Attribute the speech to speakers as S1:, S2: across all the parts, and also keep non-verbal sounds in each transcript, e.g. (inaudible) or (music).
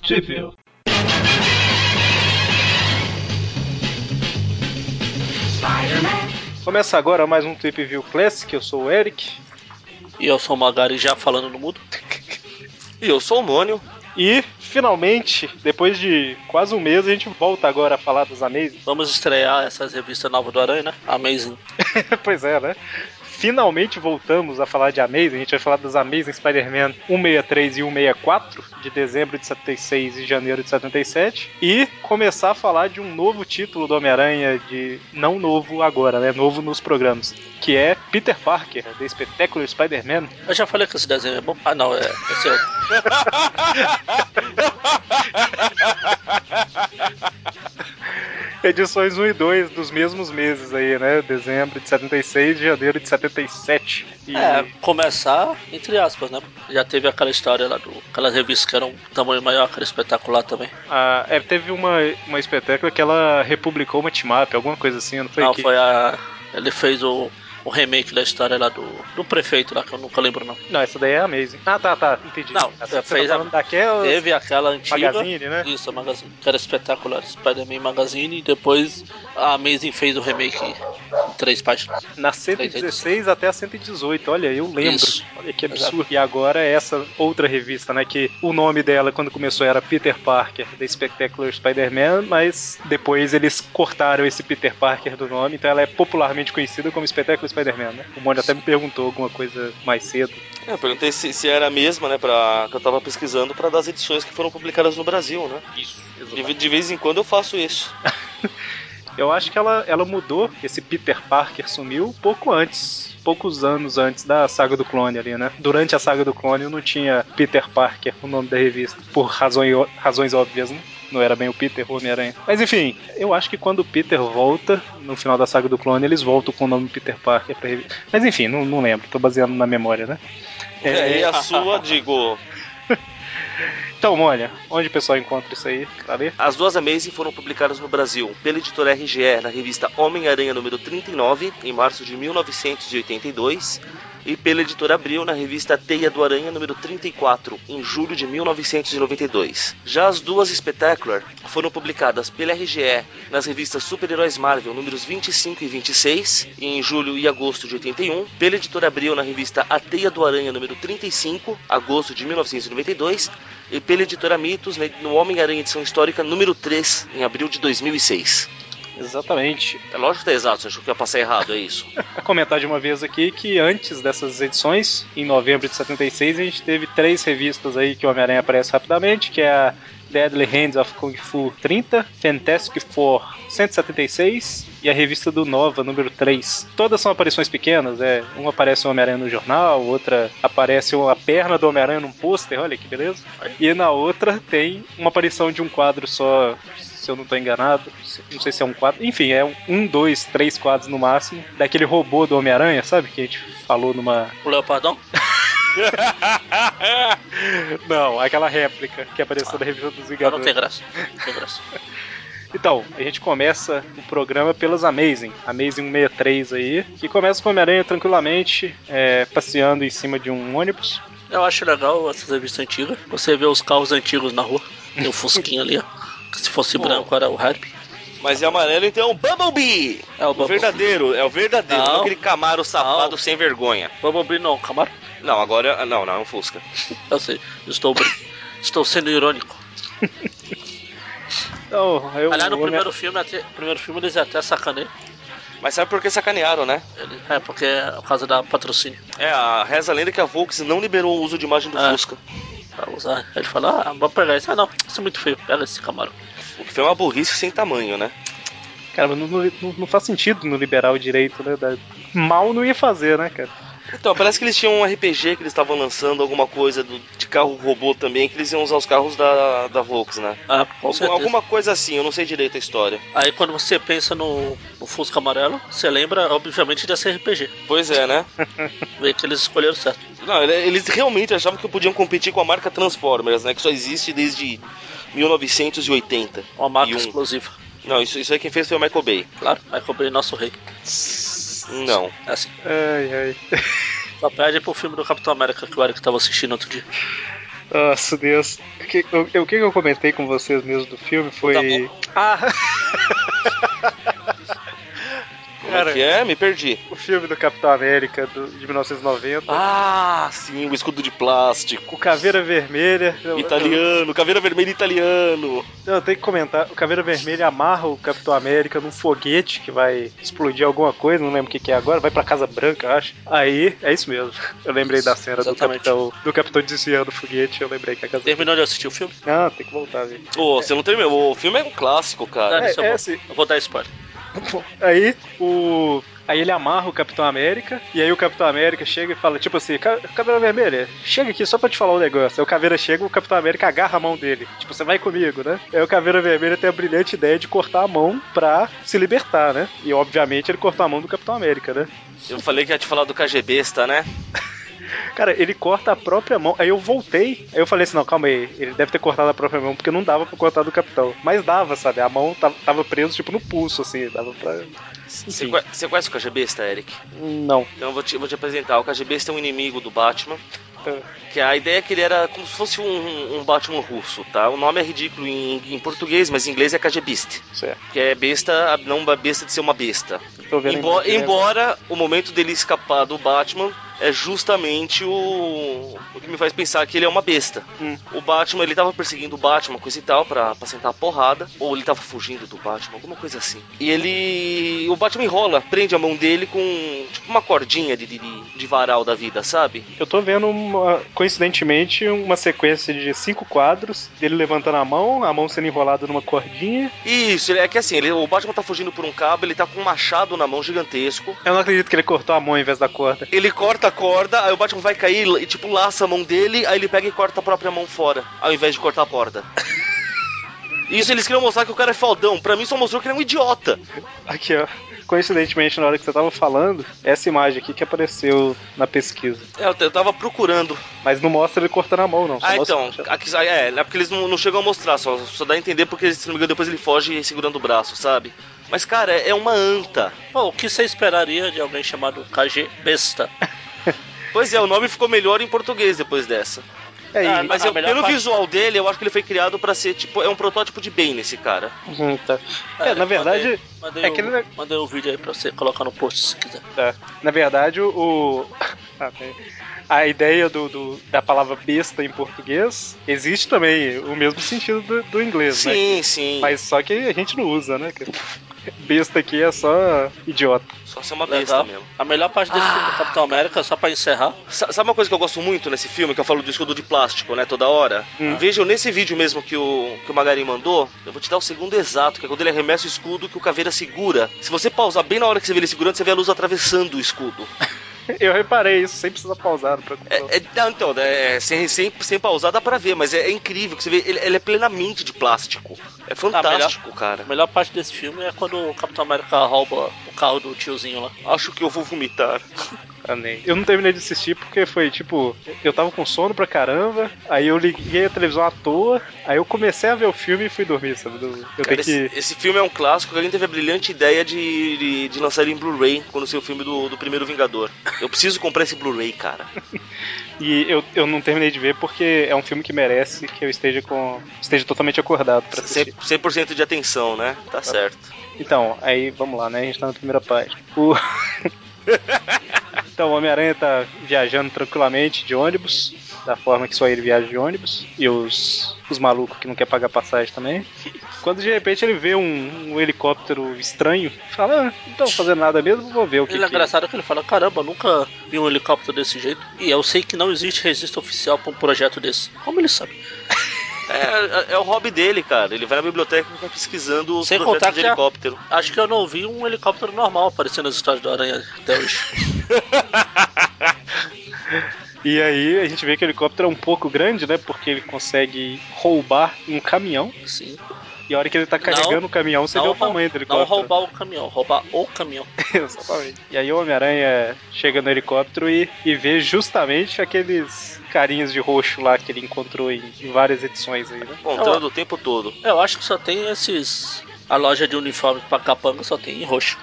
S1: Possível. Começa agora mais um Trip View Classic, eu sou o Eric.
S2: E eu sou o Magari já falando no mudo.
S3: E eu sou o Mônio.
S1: E, finalmente, depois de quase um mês, a gente volta agora a falar dos Amazing.
S2: Vamos estrear essas revistas novas do Aranha, né? Amazing.
S1: (laughs) pois é, né? Finalmente voltamos a falar de Amazing. A gente vai falar dos Amazing Spider-Man 163 e 164, de dezembro de 76 e janeiro de 77. E começar a falar de um novo título do Homem-Aranha, de não novo agora, né? Novo nos programas. Que é Peter Parker, The Spectacular Spider-Man.
S2: Eu já falei que esse desenho é bom. Ah, não, é, é seu.
S1: Edições 1 e 2 dos mesmos meses aí, né? Dezembro de 76 e janeiro de 77. E...
S2: É, começar, entre aspas, né? Já teve aquela história lá do. Aquelas revistas que eram um tamanho maior, aquela espetacular também.
S1: Ah, é, teve uma, uma espetácula que ela republicou uma team-up, alguma coisa assim, não foi?
S2: não,
S1: que...
S2: foi a. Ele fez o. O remake da história lá do, do prefeito lá, que eu nunca lembro não.
S1: Não, essa daí é Amazing. Ah, tá, tá, entendi.
S2: Não,
S1: essa
S2: fez
S1: tá
S2: a-
S1: falando daquela...
S2: Teve aquela antiga.
S1: Magazine, né?
S2: Isso, a Magazine. Que era espetacular. Spider-Man Magazine. E depois a Amazing fez o remake em três páginas.
S1: Na 116 até a 118, olha, eu lembro.
S2: Isso.
S1: Olha que absurdo. E agora é essa outra revista, né? Que o nome dela, quando começou, era Peter Parker, The Spectacular Spider-Man, mas depois eles cortaram esse Peter Parker do nome, então ela é popularmente conhecida como Spectacular Spider-Man, né? O Mônio até me perguntou alguma coisa mais cedo.
S3: É, Eu perguntei se, se era a mesma, né, pra, que eu tava pesquisando, pra das edições que foram publicadas no Brasil, né?
S1: Isso,
S3: De, de vez em quando eu faço isso.
S1: Eu acho que ela, ela mudou, esse Peter Parker sumiu pouco antes, poucos anos antes da saga do clone ali, né? Durante a saga do clone não tinha Peter Parker, o nome da revista, por razões, razões óbvias, né? Não era bem o Peter o Homem-Aranha. Mas enfim, eu acho que quando o Peter volta, no final da saga do clone, eles voltam com o nome Peter Parker pra revista. Mas enfim, não, não lembro, tô baseando na memória, né? É,
S3: e a sua, digo,
S1: Então, Mônia, onde o pessoal encontra isso aí? Tá ali?
S3: As duas Amazing foram publicadas no Brasil pela editora RGE na revista Homem-Aranha número 39, em março de 1982, e pela editora Abril na revista Teia do Aranha número 34, em julho de 1992. Já as duas Spectacular foram publicadas pela RGE nas revistas Super-Heróis Marvel números 25 e 26, em julho e agosto de 81, pela editora Abril na revista A Teia do Aranha número 35, agosto de 1992, e pela editora Mitos né, no Homem-Aranha Edição Histórica número 3, em abril de 2006.
S1: Exatamente.
S3: É lógico que tá exato, você achou que ia passar errado, é isso?
S1: a comentar de uma vez aqui que antes dessas edições, em novembro de 76, a gente teve três revistas aí que o Homem-Aranha aparece rapidamente, que é a Deadly Hands of Kung Fu 30, Fantastic Four 176 e a revista do Nova, número 3. Todas são aparições pequenas, é, uma aparece o Homem-Aranha no jornal, outra aparece a perna do Homem-Aranha num pôster, olha que beleza. E na outra tem uma aparição de um quadro só, se eu não tô enganado, se- não sei se é um quadro, enfim, é um- um, dois, três quadros no máximo, daquele robô do Homem-Aranha, sabe? Que a gente falou numa.
S2: (laughs) O Leopardão?
S1: Não, aquela réplica que apareceu na revista dos
S2: Ah, não
S1: Vingadores.
S2: tem graça. Não tem graça.
S1: Então, a gente começa o programa pelas Amazing, Amazing 163 aí, que começa com o Homem-Aranha tranquilamente, é, passeando em cima de um ônibus.
S2: Eu acho legal essas revistas antigas. Você vê os carros antigos na rua. Tem o Fusquinha ali, ó. Que se fosse
S3: Pô.
S2: branco era o Harpy.
S3: (laughs) Mas é amarelo, então é o Bumblebee!
S2: É o
S3: O
S2: Bumblebee.
S3: verdadeiro, é o verdadeiro, não,
S2: Não.
S3: aquele Camaro safado
S2: Não.
S3: sem vergonha.
S2: Bumblebee não, Camaro.
S3: Não, agora, não, não, é um Fusca.
S2: Eu sei, eu estou, estou sendo irônico.
S1: Então, eu,
S2: Aliás, no
S1: o Homem-
S2: primeiro filme, até, no primeiro filme eles até sacaneiam.
S3: Mas sabe por que sacanearam, né?
S2: Ele- É, porque é por causa da patrocínio.
S3: É, a reza a lenda que a Volks não liberou o uso de imagem do
S2: Ah.
S3: Fusca.
S2: Pra usar. Ele fala, ah, vou pegar esse. Ah, não, isso é muito feio. Pega esse Camaro.
S3: O que foi uma burrice sem tamanho, né?
S1: Cara, mas não, não- não faz sentido no liberal direito, né? da- Mal não ia fazer, né, cara?
S3: Então, parece que eles tinham um RPG que eles estavam lançando, alguma coisa do- de carro robô também, que eles iam usar os carros da, da Volks, né?
S2: Ah, com
S3: Algum-
S2: certeza.
S3: alguma coisa assim, eu não sei direito a história.
S2: Aí quando você pensa no, no Fusca Amarelo, você lembra, obviamente, dessa RPG.
S3: Pois é, (laughs) né?
S2: Vê que eles escolheram certo.
S3: Não, ele- eles realmente achavam que podiam competir com a marca Transformers, né? Que só existe desde 1980.
S2: Uma marca
S3: E um.
S2: explosiva.
S3: Não, isso, isso aí quem fez foi o Michael Bay.
S2: Claro, vai cobrir nosso rei.
S3: Não.
S2: É assim.
S1: Ai, ai.
S2: Só perde pro filme do Capitão América que o Eric tava assistindo outro dia.
S1: Nossa, Deus. O que, o, o que eu comentei com vocês mesmo do filme
S2: Tá
S1: foi.
S2: bom.
S1: Ah!
S3: Como
S1: (laughs) Cara,
S3: é que é? Me perdi.
S1: o filme do Capitão América do- de 1990.
S3: Ah, sim, o escudo de plástico.
S1: O Caveira Vermelha. Eu-
S3: Italiano, caveira vermelha italiano.
S1: Eu, eu tenho que comentar. O Caveira Vermelha amarra o Capitão América num foguete que vai explodir alguma coisa, não lembro o que, que é agora. Vai pra Casa Branca, eu acho. Aí, é isso mesmo. Eu lembrei da cena do
S2: Exatamente.
S1: capitão, do capitão desviando o foguete. Eu lembrei que é a Casa Branca.
S2: Terminou de assistir o filme?
S1: Não, tem que voltar, velho.
S3: Ô, você não terminou. O filme é um clássico, cara.
S2: Cara,
S1: É,
S2: isso é bom.
S1: esse-
S2: Eu vou dar spoiler.
S1: Aí o. Aí ele amarra o Capitão América, e aí o Capitão América chega e fala, tipo assim, "Ca- Caveira Vermelha, chega aqui só pra te falar um negócio. Aí o Caveira chega, o Capitão América agarra a mão dele. Tipo, você vai comigo, né? Aí o Caveira Vermelha tem a brilhante ideia de cortar a mão pra se libertar, né? E obviamente ele cortou a mão do Capitão América, né?
S3: Eu falei que ia te falar do KGBista, né?
S1: Cara, ele corta a própria mão. Aí eu voltei, aí eu falei assim, não, calma aí, ele deve ter cortado a própria mão, porque não dava pra cortar do Capitão. Mas dava, sabe? A mão tava, tava preso, tipo, no pulso, assim, dava pra...
S3: Você,
S1: Enfim,
S3: conhe- você conhece o KGBista, Eric?
S1: não.
S3: Então eu vou te, vou te apresentar. O KGBista é um inimigo do Batman.
S1: Ah.
S3: Que a ideia é que ele era como se fosse um, um Batman russo, tá? O nome é ridículo em, em português, mas em inglês é KGBista.
S1: Certo.
S3: Que é besta, não uma besta de ser uma besta.
S1: Tô vendo né?
S3: Embo-
S1: em-
S3: embora o momento dele escapar do Batman é justamente o, o que me faz pensar que ele é uma besta.
S1: Hum.
S3: O Batman, ele tava perseguindo o Batman, coisa e tal, pra, pra sentar a porrada. Ou ele tava fugindo do Batman, alguma coisa assim. E ele. O Batman enrola, prende a mão dele com tipo uma cordinha de, de, de- de varal da vida, sabe?
S1: Eu tô vendo, uma- coincidentemente, uma sequência de cinco quadros, dele levantando a mão, a mão sendo enrolada numa cordinha.
S3: Isso, é que assim, ele- o Batman tá fugindo por um cabo, ele tá com um machado na mão gigantesco.
S1: Eu não acredito que ele cortou a mão em vez da corda.
S3: Ele corta a corda, aí o Batman vai cair e, tipo, laça a mão dele, aí ele pega e corta a própria mão fora, ao invés de cortar a (laughs) corda. Isso eles queriam mostrar que o cara é faldão. Pra mim só mostrou que ele é um idiota.
S1: Aqui, ó. Coincidentemente, na hora que você tava falando, essa imagem aqui que apareceu na pesquisa.
S3: É, eu t- eu tava procurando.
S1: Mas não mostra ele cortando a mão, não. Só
S3: Ah,
S1: mostra-
S3: então. Aqui, é, é porque eles não, não chegam a mostrar, só, só dá a entender porque, se não me engano, depois ele foge segurando o braço, sabe? Mas, cara, é, é uma anta.
S2: Bom, o que você esperaria de alguém chamado KG Besta?
S3: Pois é, o nome ficou melhor em português depois dessa.
S1: É, e-
S2: Ah,
S3: Mas
S2: A
S3: eu-
S2: melhor
S3: pelo
S2: parte-
S3: visual dele, eu acho que ele foi criado pra ser, tipo, é um protótipo de Bane esse cara.
S1: Uhum, tá. É, na
S2: eu
S1: verdade,
S2: Mandei, mandei,
S1: é
S2: o-
S1: aquele neg-
S2: mandei um vídeo aí pra você colocar no post se quiser.
S1: Tá. Na verdade, o. (laughs) Ah, bem. A ideia do, do- da palavra besta em português existe também o mesmo sentido do, do inglês, né?
S3: Sim, sim.
S1: Mas só que a gente não usa, né? cara? Besta aqui é só idiota.
S3: Só ser uma besta
S2: Legal.
S3: mesmo.
S2: A melhor parte desse
S1: Ah.
S2: filme do Capitão América, só pra encerrar,
S3: Sa- Sabe uma coisa que eu gosto muito nesse filme, que eu falo do escudo de plástico, né, toda hora?
S1: Hum.
S3: Vejam nesse vídeo mesmo que o, que o Magari mandou, eu vou te dar o segundo exato, que é quando ele arremessa o escudo que o Caveira segura. Se você pausar bem na hora que você vê ele segurando, você vê a luz atravessando o escudo.
S1: Eu reparei isso, sem precisar pausar, não preocupa. não.
S3: É, é- não, então, é, sem, sem, sem pausar dá pra ver, mas é, é incrível que você vê, ele, ele é plenamente de plástico.
S2: Tá,
S3: É fantástico, cara.
S2: a melhor parte desse filme é quando o Capitão América rouba o carro do tiozinho lá.
S3: Acho que eu vou vomitar. É,
S1: Eu não terminei de assistir porque foi tipo, eu tava com sono pra caramba, aí eu liguei a televisão à toa, aí eu comecei a ver o filme e fui dormir, sabe? Eu, eu
S3: Cara,
S1: tenho
S3: esse,
S1: que.
S3: esse filme é um clássico. Alguém teve a brilhante ideia de, de, de lançar ele em Blu-ray quando saiu o filme do, do primeiro Vingador. Eu preciso comprar esse Blu-ray, cara.
S1: E eu, eu não terminei de ver porque é um filme que merece que eu esteja com. esteja totalmente acordado pra assistir.
S3: 100%, 100% de atenção, né? Tá certo.
S1: Então, aí vamos lá, né? A gente tá na primeira página. O... (laughs) então, o Homem-Aranha tá viajando tranquilamente de ônibus, da forma que só ele viaja de ônibus, e os, os malucos que não quer pagar passagem também. Quando de repente ele vê um, um helicóptero estranho, fala: ah, não tô fazendo nada mesmo, vou ver o que,
S2: Ele é
S1: que é.
S2: engraçado que ele fala, caramba, nunca vi um helicóptero desse jeito. E eu sei que não existe registro oficial pra um projeto desse. Como ele sabe?
S3: É, é o hobby dele, cara. Ele vai na biblioteca e fica pesquisando os
S2: Sem contar
S3: projetos de
S2: que já-
S3: helicóptero.
S2: Acho que eu não vi um helicóptero normal aparecendo nas histórias do Aranha até hoje.
S1: E aí a gente vê que o helicóptero é um pouco grande, né? Porque ele consegue roubar um caminhão,
S2: Sim.
S1: e a hora que ele tá carregando o caminhão, você vê o
S2: rou-
S1: tamanho do
S2: não
S1: helicóptero.
S2: roubar o caminhão, roubar o caminhão.
S1: (laughs) Exatamente. E aí o Homem-Aranha chega no helicóptero e, e vê justamente aqueles carinhas de roxo lá que ele encontrou em, em várias edições aí, né?
S3: Contando o tempo todo.
S1: (laughs)
S2: Eu acho que só tem esses. A loja de uniforme pra capanga só tem em roxo.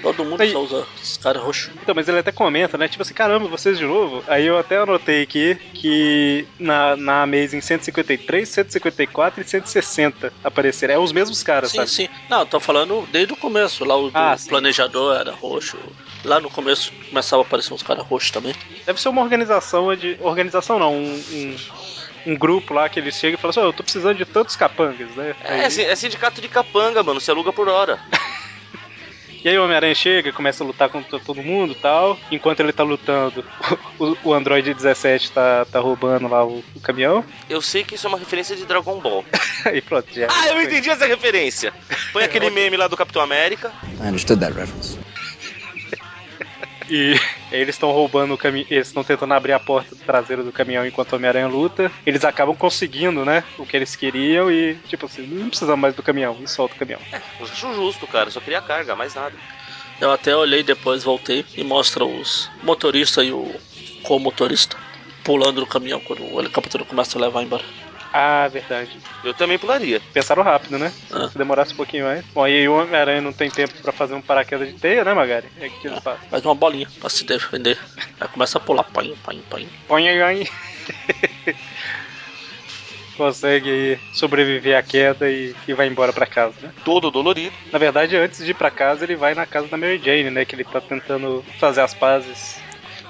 S2: Todo mundo
S1: Aí-
S2: só usa esses caras roxos.
S1: Então, mas ele até comenta, né? Tipo assim, caramba, vocês de novo? Aí eu até anotei aqui que na, na Amazing 153, 154 e 160 apareceram. É os mesmos caras,
S2: Sim,
S1: sabe?
S2: sim. Não, tô falando desde o começo. Lá o do
S1: Ah, sim.
S2: planejador era roxo. Lá no começo começava a aparecer uns caras roxos também.
S1: Deve ser uma organização de. Organização não, um. um- um grupo lá que ele chega e fala assim, "Ó, eu tô precisando de tantos capangas, né?
S3: É,
S1: Aí-
S3: assim, é sindicato de capanga, mano. Se aluga por hora.
S1: E aí o Homem-Aranha chega, começa a lutar contra todo mundo e tal. Enquanto ele tá lutando, (laughs) o, o Android 17 tá, tá roubando lá o, o caminhão. (laughs)
S3: Eu sei que isso é uma referência de Dragon Ball.
S1: Aí pronto, já.
S3: Ah, eu entendi essa referência. Foi aquele meme lá do Capitão América.
S4: I understood that reference.
S1: E aí eles estão roubando o caminhão. Eles estão tentando abrir a porta traseira do caminhão enquanto o Homem-Aranha luta. Eles acabam conseguindo, né? O que eles queriam e, tipo assim, não precisamos mais do caminhão. E solta o caminhão.
S3: Eu acho justo, cara. Só queria carga, mais nada.
S2: Eu até olhei depois, voltei e mostra os motorista e o co-motorista pulando no caminhão quando o helicóptero começa a levar embora.
S1: Ah, verdade.
S3: Eu também pularia.
S1: Pensaram rápido, né?
S2: Ah.
S1: Se demorasse um pouquinho mais. Bom, e aí o Homem-Aranha não tem tempo pra fazer um paraquedas de teia, né, Magari? É que eles fazem.
S2: Mais uma bolinha pra se defender. Aí começa a pular, pain, pain, pain.
S1: Põe aí, (laughs) aí. Consegue aí sobreviver à queda e, e vai embora pra casa, né?
S3: Todo dolorido.
S1: Na verdade, antes de ir pra casa, ele vai na casa da Mary Jane, né? Que ele tá tentando fazer as pazes.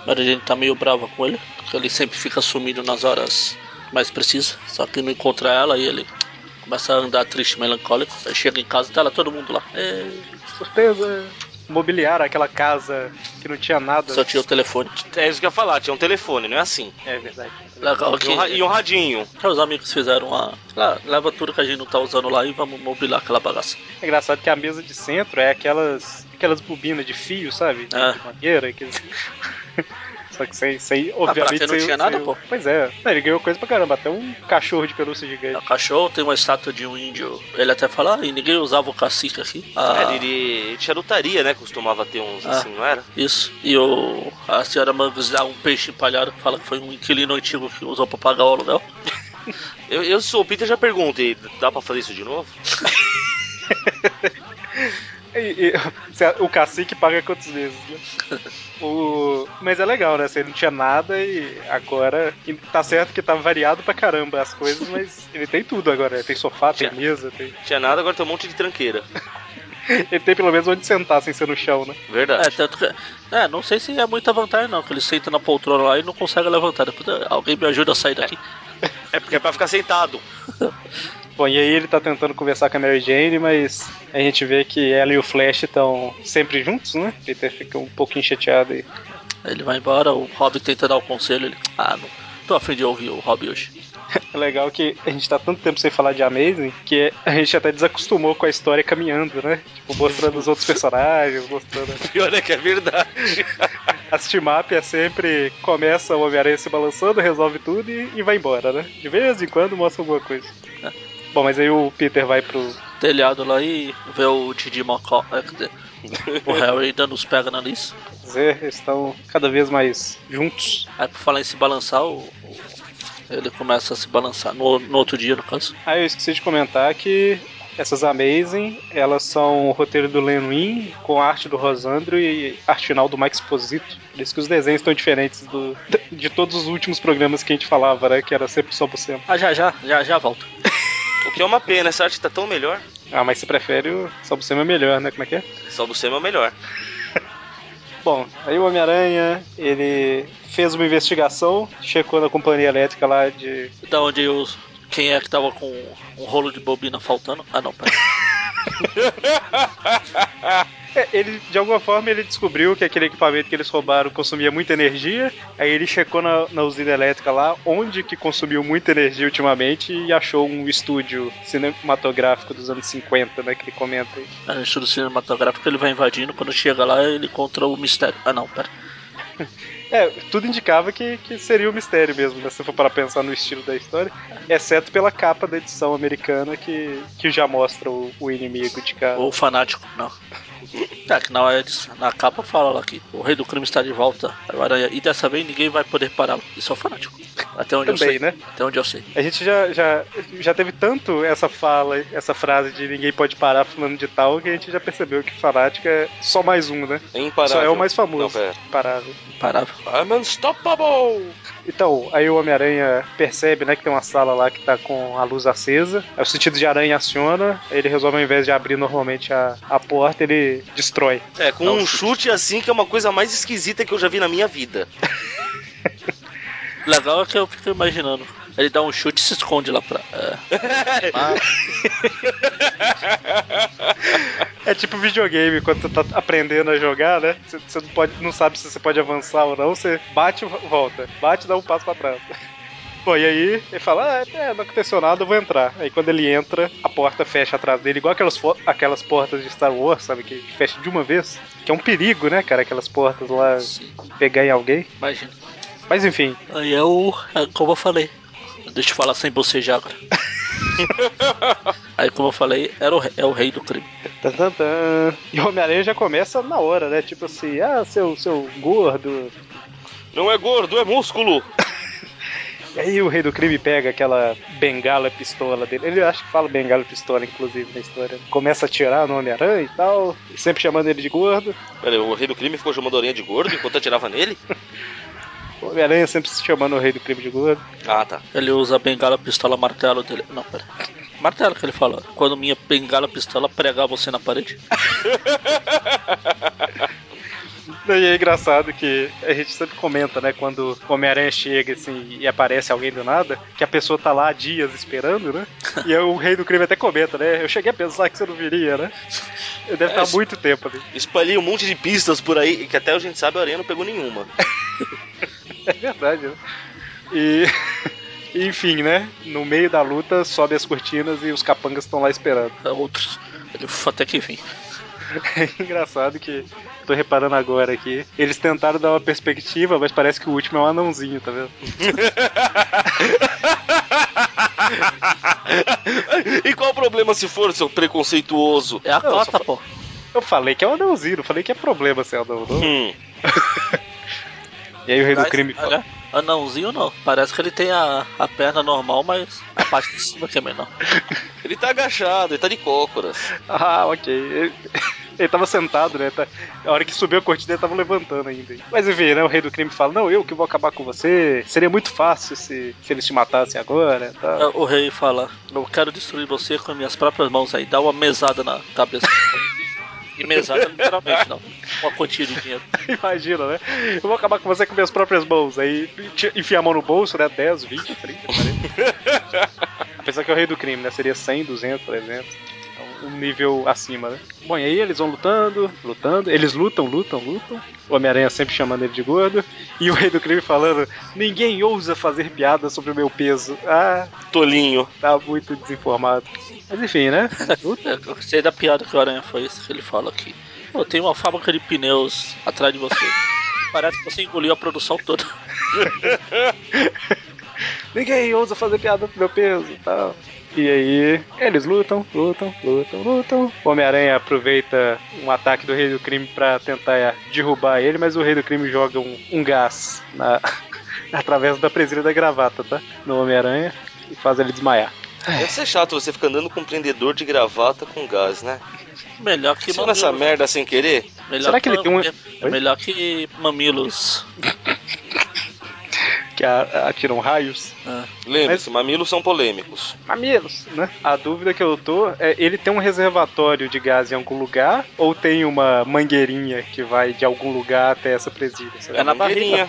S2: Mary Jane tá meio brava com ele, porque ele sempre fica sumido nas horas que mais precisa. Só que não encontra ela e ele começa a andar triste, melancólico. Aí chega em casa e tá lá todo mundo lá. É,
S1: Surpresa! Mobiliar aquela casa que não tinha nada.
S2: só tinha o telefone.
S3: É isso que eu ia falar. Tinha um telefone, não é assim.
S1: É verdade.
S2: Legal
S3: E um, ra- e
S2: que
S3: um radinho.
S2: os amigos fizeram a. Lá, leva tudo que a gente não tá usando lá e vamos mobilar aquela bagaça.
S1: É engraçado que a mesa de centro é aquelas aquelas bobinas de fio, sabe?
S2: Ah.
S1: De madeira. Que... (laughs) Só que sem, sem obviamente.
S2: pra quem não
S1: sem-
S2: tinha nada,
S1: sem-
S2: pô.
S1: Pois é. Não, ele ganhou coisa pra caramba. Até um cachorro de pelúcia
S2: O
S1: gigante.
S2: cachorro tem uma estátua de um índio. Ele até fala, ah, e ninguém usava o cacique aqui. Ah,
S3: É, ele, ele tinha lutaria, né? Costumava ter uns
S2: Ah.
S3: assim, não era?
S2: isso. E o, a senhora Mangos dá um peixe empalhado que fala que foi um inquilino antigo que usou pra pagar o aluguel.
S3: Eu, eu sou o Peter, já pergunto. E dá pra fazer isso de novo?
S1: E- e- (laughs) se a- o cacique paga quantos meses, né? O- Mas é legal, né? Assim, ele não tinha nada e agora. e Tá certo que tá variado pra caramba as coisas, mas ele tem tudo agora. né? Tem sofá, tem
S3: Tinha.
S1: mesa, tem.
S3: Tinha nada, agora tem um monte de tranqueira.
S1: Ele tem pelo menos onde sentar sem ser no chão, né?
S2: É,
S3: Verdade.
S2: tanto que. É, não sei se é muita vantagem não, que ele senta na poltrona lá e não consegue levantar. Depois, "Ah, alguém me ajuda a sair daqui.
S3: É porque é pra ficar (laughs) sentado.
S1: Bom, e aí ele tá tentando conversar com a Mary Jane, mas a gente vê que ela e o Flash estão sempre juntos, né? Peter fica um pouquinho chateado aí.
S2: Aí Ele vai embora, o Rob tenta dar o conselho, ele. Ah, não. Tô afim de ouvir o Rob hoje.
S1: É legal que a gente tá tanto tempo sem falar de Amazing que a gente até desacostumou com a história caminhando, né? Tipo, mostrando os outros personagens, mostrando.
S3: Pior é que é verdade.
S1: As team-up é sempre começa o Homem-Aranha se balançando, resolve tudo e, e vai embora, né? De vez em quando mostra alguma coisa. Bom, mas aí o Peter vai pro.
S2: Telhado lá e vê o Didi Mocó. é, quer dizer, o Harry dando os pega na Liz.
S1: Zé, eles estão cada vez mais juntos.
S2: Aí por falar em se balançar, o, o- ele começa a se balançar no, no outro dia, no caso.
S1: Ah, eu esqueci de comentar que essas Amazing, elas são o roteiro do Len Wein, com a arte do Rosandro e arte final do Mike Exposito. Por isso que os desenhos estão diferentes do, de todos os últimos programas que a gente falava, né? Que era sempre só por cento.
S2: Ah, já, já, já, já volta.
S3: O que é uma pena, essa arte tá tão melhor.
S1: Ah, mas você prefere o só por cento é melhor, né? Como é que é?
S3: Só do Sam é o melhor.
S1: Bom, aí o Homem-Aranha, ele fez uma investigação, checou na companhia elétrica lá de.
S2: Da onde eu. Quem é que tava com um rolo de bobina faltando? Ah, não, pera.
S1: É, ele, de alguma forma, ele descobriu que aquele equipamento que eles roubaram consumia muita energia. Aí ele checou na, na usina elétrica lá, onde que consumiu muita energia ultimamente, e achou um estúdio cinematográfico dos anos 50, né? Que ele comenta aí.
S2: É um estudo cinematográfico, ele vai invadindo. Quando chega lá, ele encontra o mistério. Ah, não, pera.
S1: É, tudo indicava que, que seria um mistério mesmo, né? Se for para pensar no estilo da história. Exceto pela capa da edição americana que, que já mostra o, o inimigo de cara.
S2: Ou fanático, não. É, que na, hora eles- na capa fala lá que o rei do crime está de volta. Agora, e dessa vez ninguém vai poder pará-lo. Isso é um fanático. Até onde eu sei.
S1: Também, né?
S2: Até onde eu sei.
S1: A gente já, já, já teve tanto essa fala, essa frase de ninguém pode parar falando de tal, que a gente já percebeu que fanático é só mais um, né?
S3: É imparável.
S1: Só é o mais famoso.
S3: Não, pera.
S1: Parável.
S2: Parável.
S3: I'm unstoppable!
S1: Então, aí o Homem-Aranha percebe, né, que tem uma sala lá que tá com a luz acesa. Aí o sentido de aranha aciona, aí ele resolve, ao invés de abrir normalmente a, a porta, ele destrói.
S3: É, com
S2: Dá um
S3: um chute assim que é uma coisa mais esquisita que eu já vi na minha vida.
S2: O Legal é que eu fico imaginando. Ele dá um chute e se esconde lá pra. É,
S1: É tipo videogame, quando tu tá aprendendo a jogar, né? Você- Você não, pode, não sabe se você pode avançar ou não, você bate e volta. Bate e dá um passo pra trás. (laughs) Bom, e aí ele fala, ah, é, não aconteceu nada, eu vou entrar. Aí quando ele entra, a porta fecha atrás dele, igual aquelas, fo- aquelas portas de Star Wars, sabe? Que fecha de uma vez. Que é um perigo, né, cara? Aquelas portas lá
S2: assim,
S1: pegar em alguém.
S2: imagina.
S1: Mas enfim,
S2: Aí é o. É como eu falei. Deixa eu falar sem
S1: (laughs)
S2: bocejar agora. Aí, como eu falei, era o, re- é o rei do crime.
S1: Tan, tan, tan. E o Homem-Aranha já começa na hora, né? Tipo assim, ah, seu, seu gordo.
S3: Não é gordo, é músculo!
S1: E aí o Rei do Crime pega aquela bengala pistola dele. Ele acha que fala bengala pistola, inclusive, na história. Começa a atirar no Homem-Aranha e tal, sempre chamando ele de gordo.
S3: Peraí, o rei do crime ficou chamando a orelha de gordo enquanto atirava nele?
S1: O Homem-Aranha sempre se chamando o Rei do Crime de gordo.
S3: Ah, tá.
S2: Ele usa a bengala, pistola, martelo dele. Não, pera. Martelo que ele fala. Quando minha bengala, pistola pregar você na parede.
S1: E é engraçado que a gente sempre comenta, né? Quando o Homem-Aranha chega assim e aparece alguém do nada, que a pessoa tá lá há dias esperando, né? E aí o Rei do Crime até comenta, né? Eu cheguei a pensar que você não viria, né? Ele deve
S3: É,
S1: estar há
S3: isso-
S1: muito tempo ali.
S3: Espalhei um monte de pistas por aí que até a gente sabe a orelha não pegou nenhuma. (laughs)
S1: É verdade, né? E. (laughs) Enfim, né? No meio da luta, sobe as cortinas e os capangas estão lá esperando. (laughs)
S2: É outros. Ele "Uf, até que vim.
S1: É engraçado que, tô reparando agora aqui, eles tentaram dar uma perspectiva, mas parece que o último é um anãozinho, tá vendo?
S3: e qual o problema se for, seu preconceituoso?
S2: É a
S1: Não,
S2: cota,
S1: só-
S2: pô.
S1: Eu falei que é um anãozinho, não falei que é problema ser anão, não.
S3: Hum.
S1: E aí o rei do crime fala,
S2: Olha, é, anãozinho não. Parece que ele tem a, a perna normal, mas a parte de cima que é menor.
S3: Ele tá agachado, ele tá de cócoras.
S1: ah, ok. Ele- (laughs) Ele tava sentado, né? Tá- A hora que subiu a cortina, ele tava levantando ainda. Mas enfim, né? O rei do crime fala, não, eu que vou acabar com você. Seria muito fácil se, se eles te matassem agora, tá?
S2: É, O rei fala: Eu quero destruir você com minhas próprias mãos aí. Dá uma mesada na cabeça. e mesada, literalmente, não. Uma quantia de dinheiro.
S1: (laughs) Imagina, né? Eu vou acabar com você com minhas próprias mãos. Aí te- enfia a mão no bolso, né? 10, 20, 30, 40. Apesar que é o rei do crime, né? Seria 100, 200, 300. Então, Um nível acima, né? Bom, e aí eles vão lutando, lutando. Eles lutam, lutam, lutam. O Homem-Aranha sempre chamando ele de gordo. E o rei do crime falando: Ninguém ousa fazer piada sobre o meu peso. Ah,
S3: Tolinho.
S1: tá muito desinformado. Mas enfim, né? Luta.
S2: É, Eu gostei da piada que o Aranha fez, que ele fala aqui. Pô, tem uma fábrica de pneus atrás de você. Parece que você engoliu a produção toda. (laughs)
S1: Ninguém ousa fazer piada do meu peso e tal. E aí, eles lutam, lutam, lutam, lutam. O Homem-Aranha aproveita um ataque do Rei do Crime pra tentar é, derrubar ele, mas o Rei do Crime joga um, um gás na- (laughs) através da presilha da gravata, tá? No Homem-Aranha e faz ele desmaiar.
S2: É.
S3: Deve ser chato você ficar andando com um prendedor de gravata com gás, né?
S2: Melhor que
S3: Que manda essa merda sem querer?
S2: melhor
S1: Será que ele tem um-
S2: é- é melhor que mamilos.
S1: Que a- atiram raios.
S2: É.
S3: Lembre-se, mamilos são polêmicos.
S1: Mamilos, né? A dúvida que eu tô é: ele tem um reservatório de gás em algum lugar ou tem uma mangueirinha que vai de algum lugar até essa presilha? sabe?
S2: É na
S3: Mangueirinha.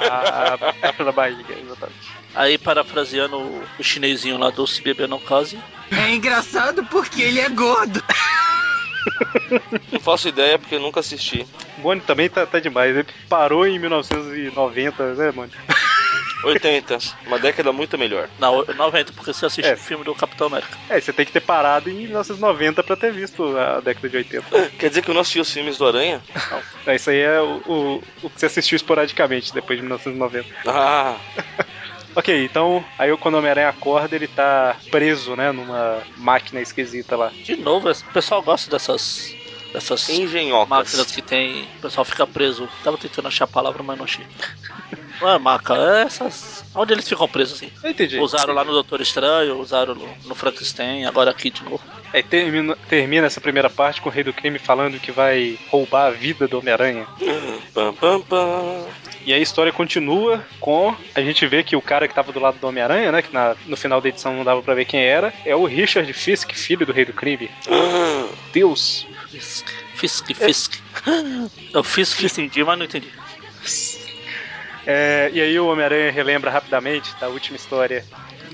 S1: a, a, na barriga, exatamente.
S2: Aí, parafraseando o, o chinesinho lá do Se Beber Não Case,
S4: É engraçado porque ele é gordo.
S3: Não faço ideia porque eu nunca assisti.
S1: O Boni também tá, tá demais. Ele parou em 1990, né, mano?
S3: 80, uma década muito melhor.
S2: na o- 90, porque você assiste
S1: É.
S2: o filme do Capitão América.
S1: É, você tem que ter parado em 1990 pra ter visto a década de 80.
S3: Quer dizer que eu não assisti os filmes do Aranha?
S1: É, isso aí é o, o, o que você assistiu esporadicamente depois de 1990.
S3: Ah,
S1: Ok, então, aí quando o Homem-Aranha acorda, ele tá preso, né, numa máquina esquisita lá.
S2: De novo, esse- o pessoal gosta dessas Dessas
S3: Engenhocas.
S2: máquinas que tem. O pessoal fica preso. Tava tentando achar a palavra, mas não (laughs) achei. Não é maca, é essas. Onde eles ficam presos assim?
S1: Eu entendi.
S2: Usaram lá no Doutor Estranho, usaram no, no Frankenstein, agora aqui de novo.
S1: Aí É, termina, termina essa primeira parte com o Rei do Crime falando que vai roubar a vida do Homem-Aranha.
S3: Pam, pam, pam.
S1: E aí a história continua com. A gente vê que o cara que tava do lado do Homem-Aranha, né? Que na- no final da edição não dava pra ver quem era, é o Richard Fisk, filho do Rei do Crime.
S3: Ah.
S1: Deus!
S2: Fisk, Fisk, (laughs) Fisk. Eu fiz que entendi, mas não entendi.
S1: É, e aí o Homem-Aranha relembra rapidamente da última história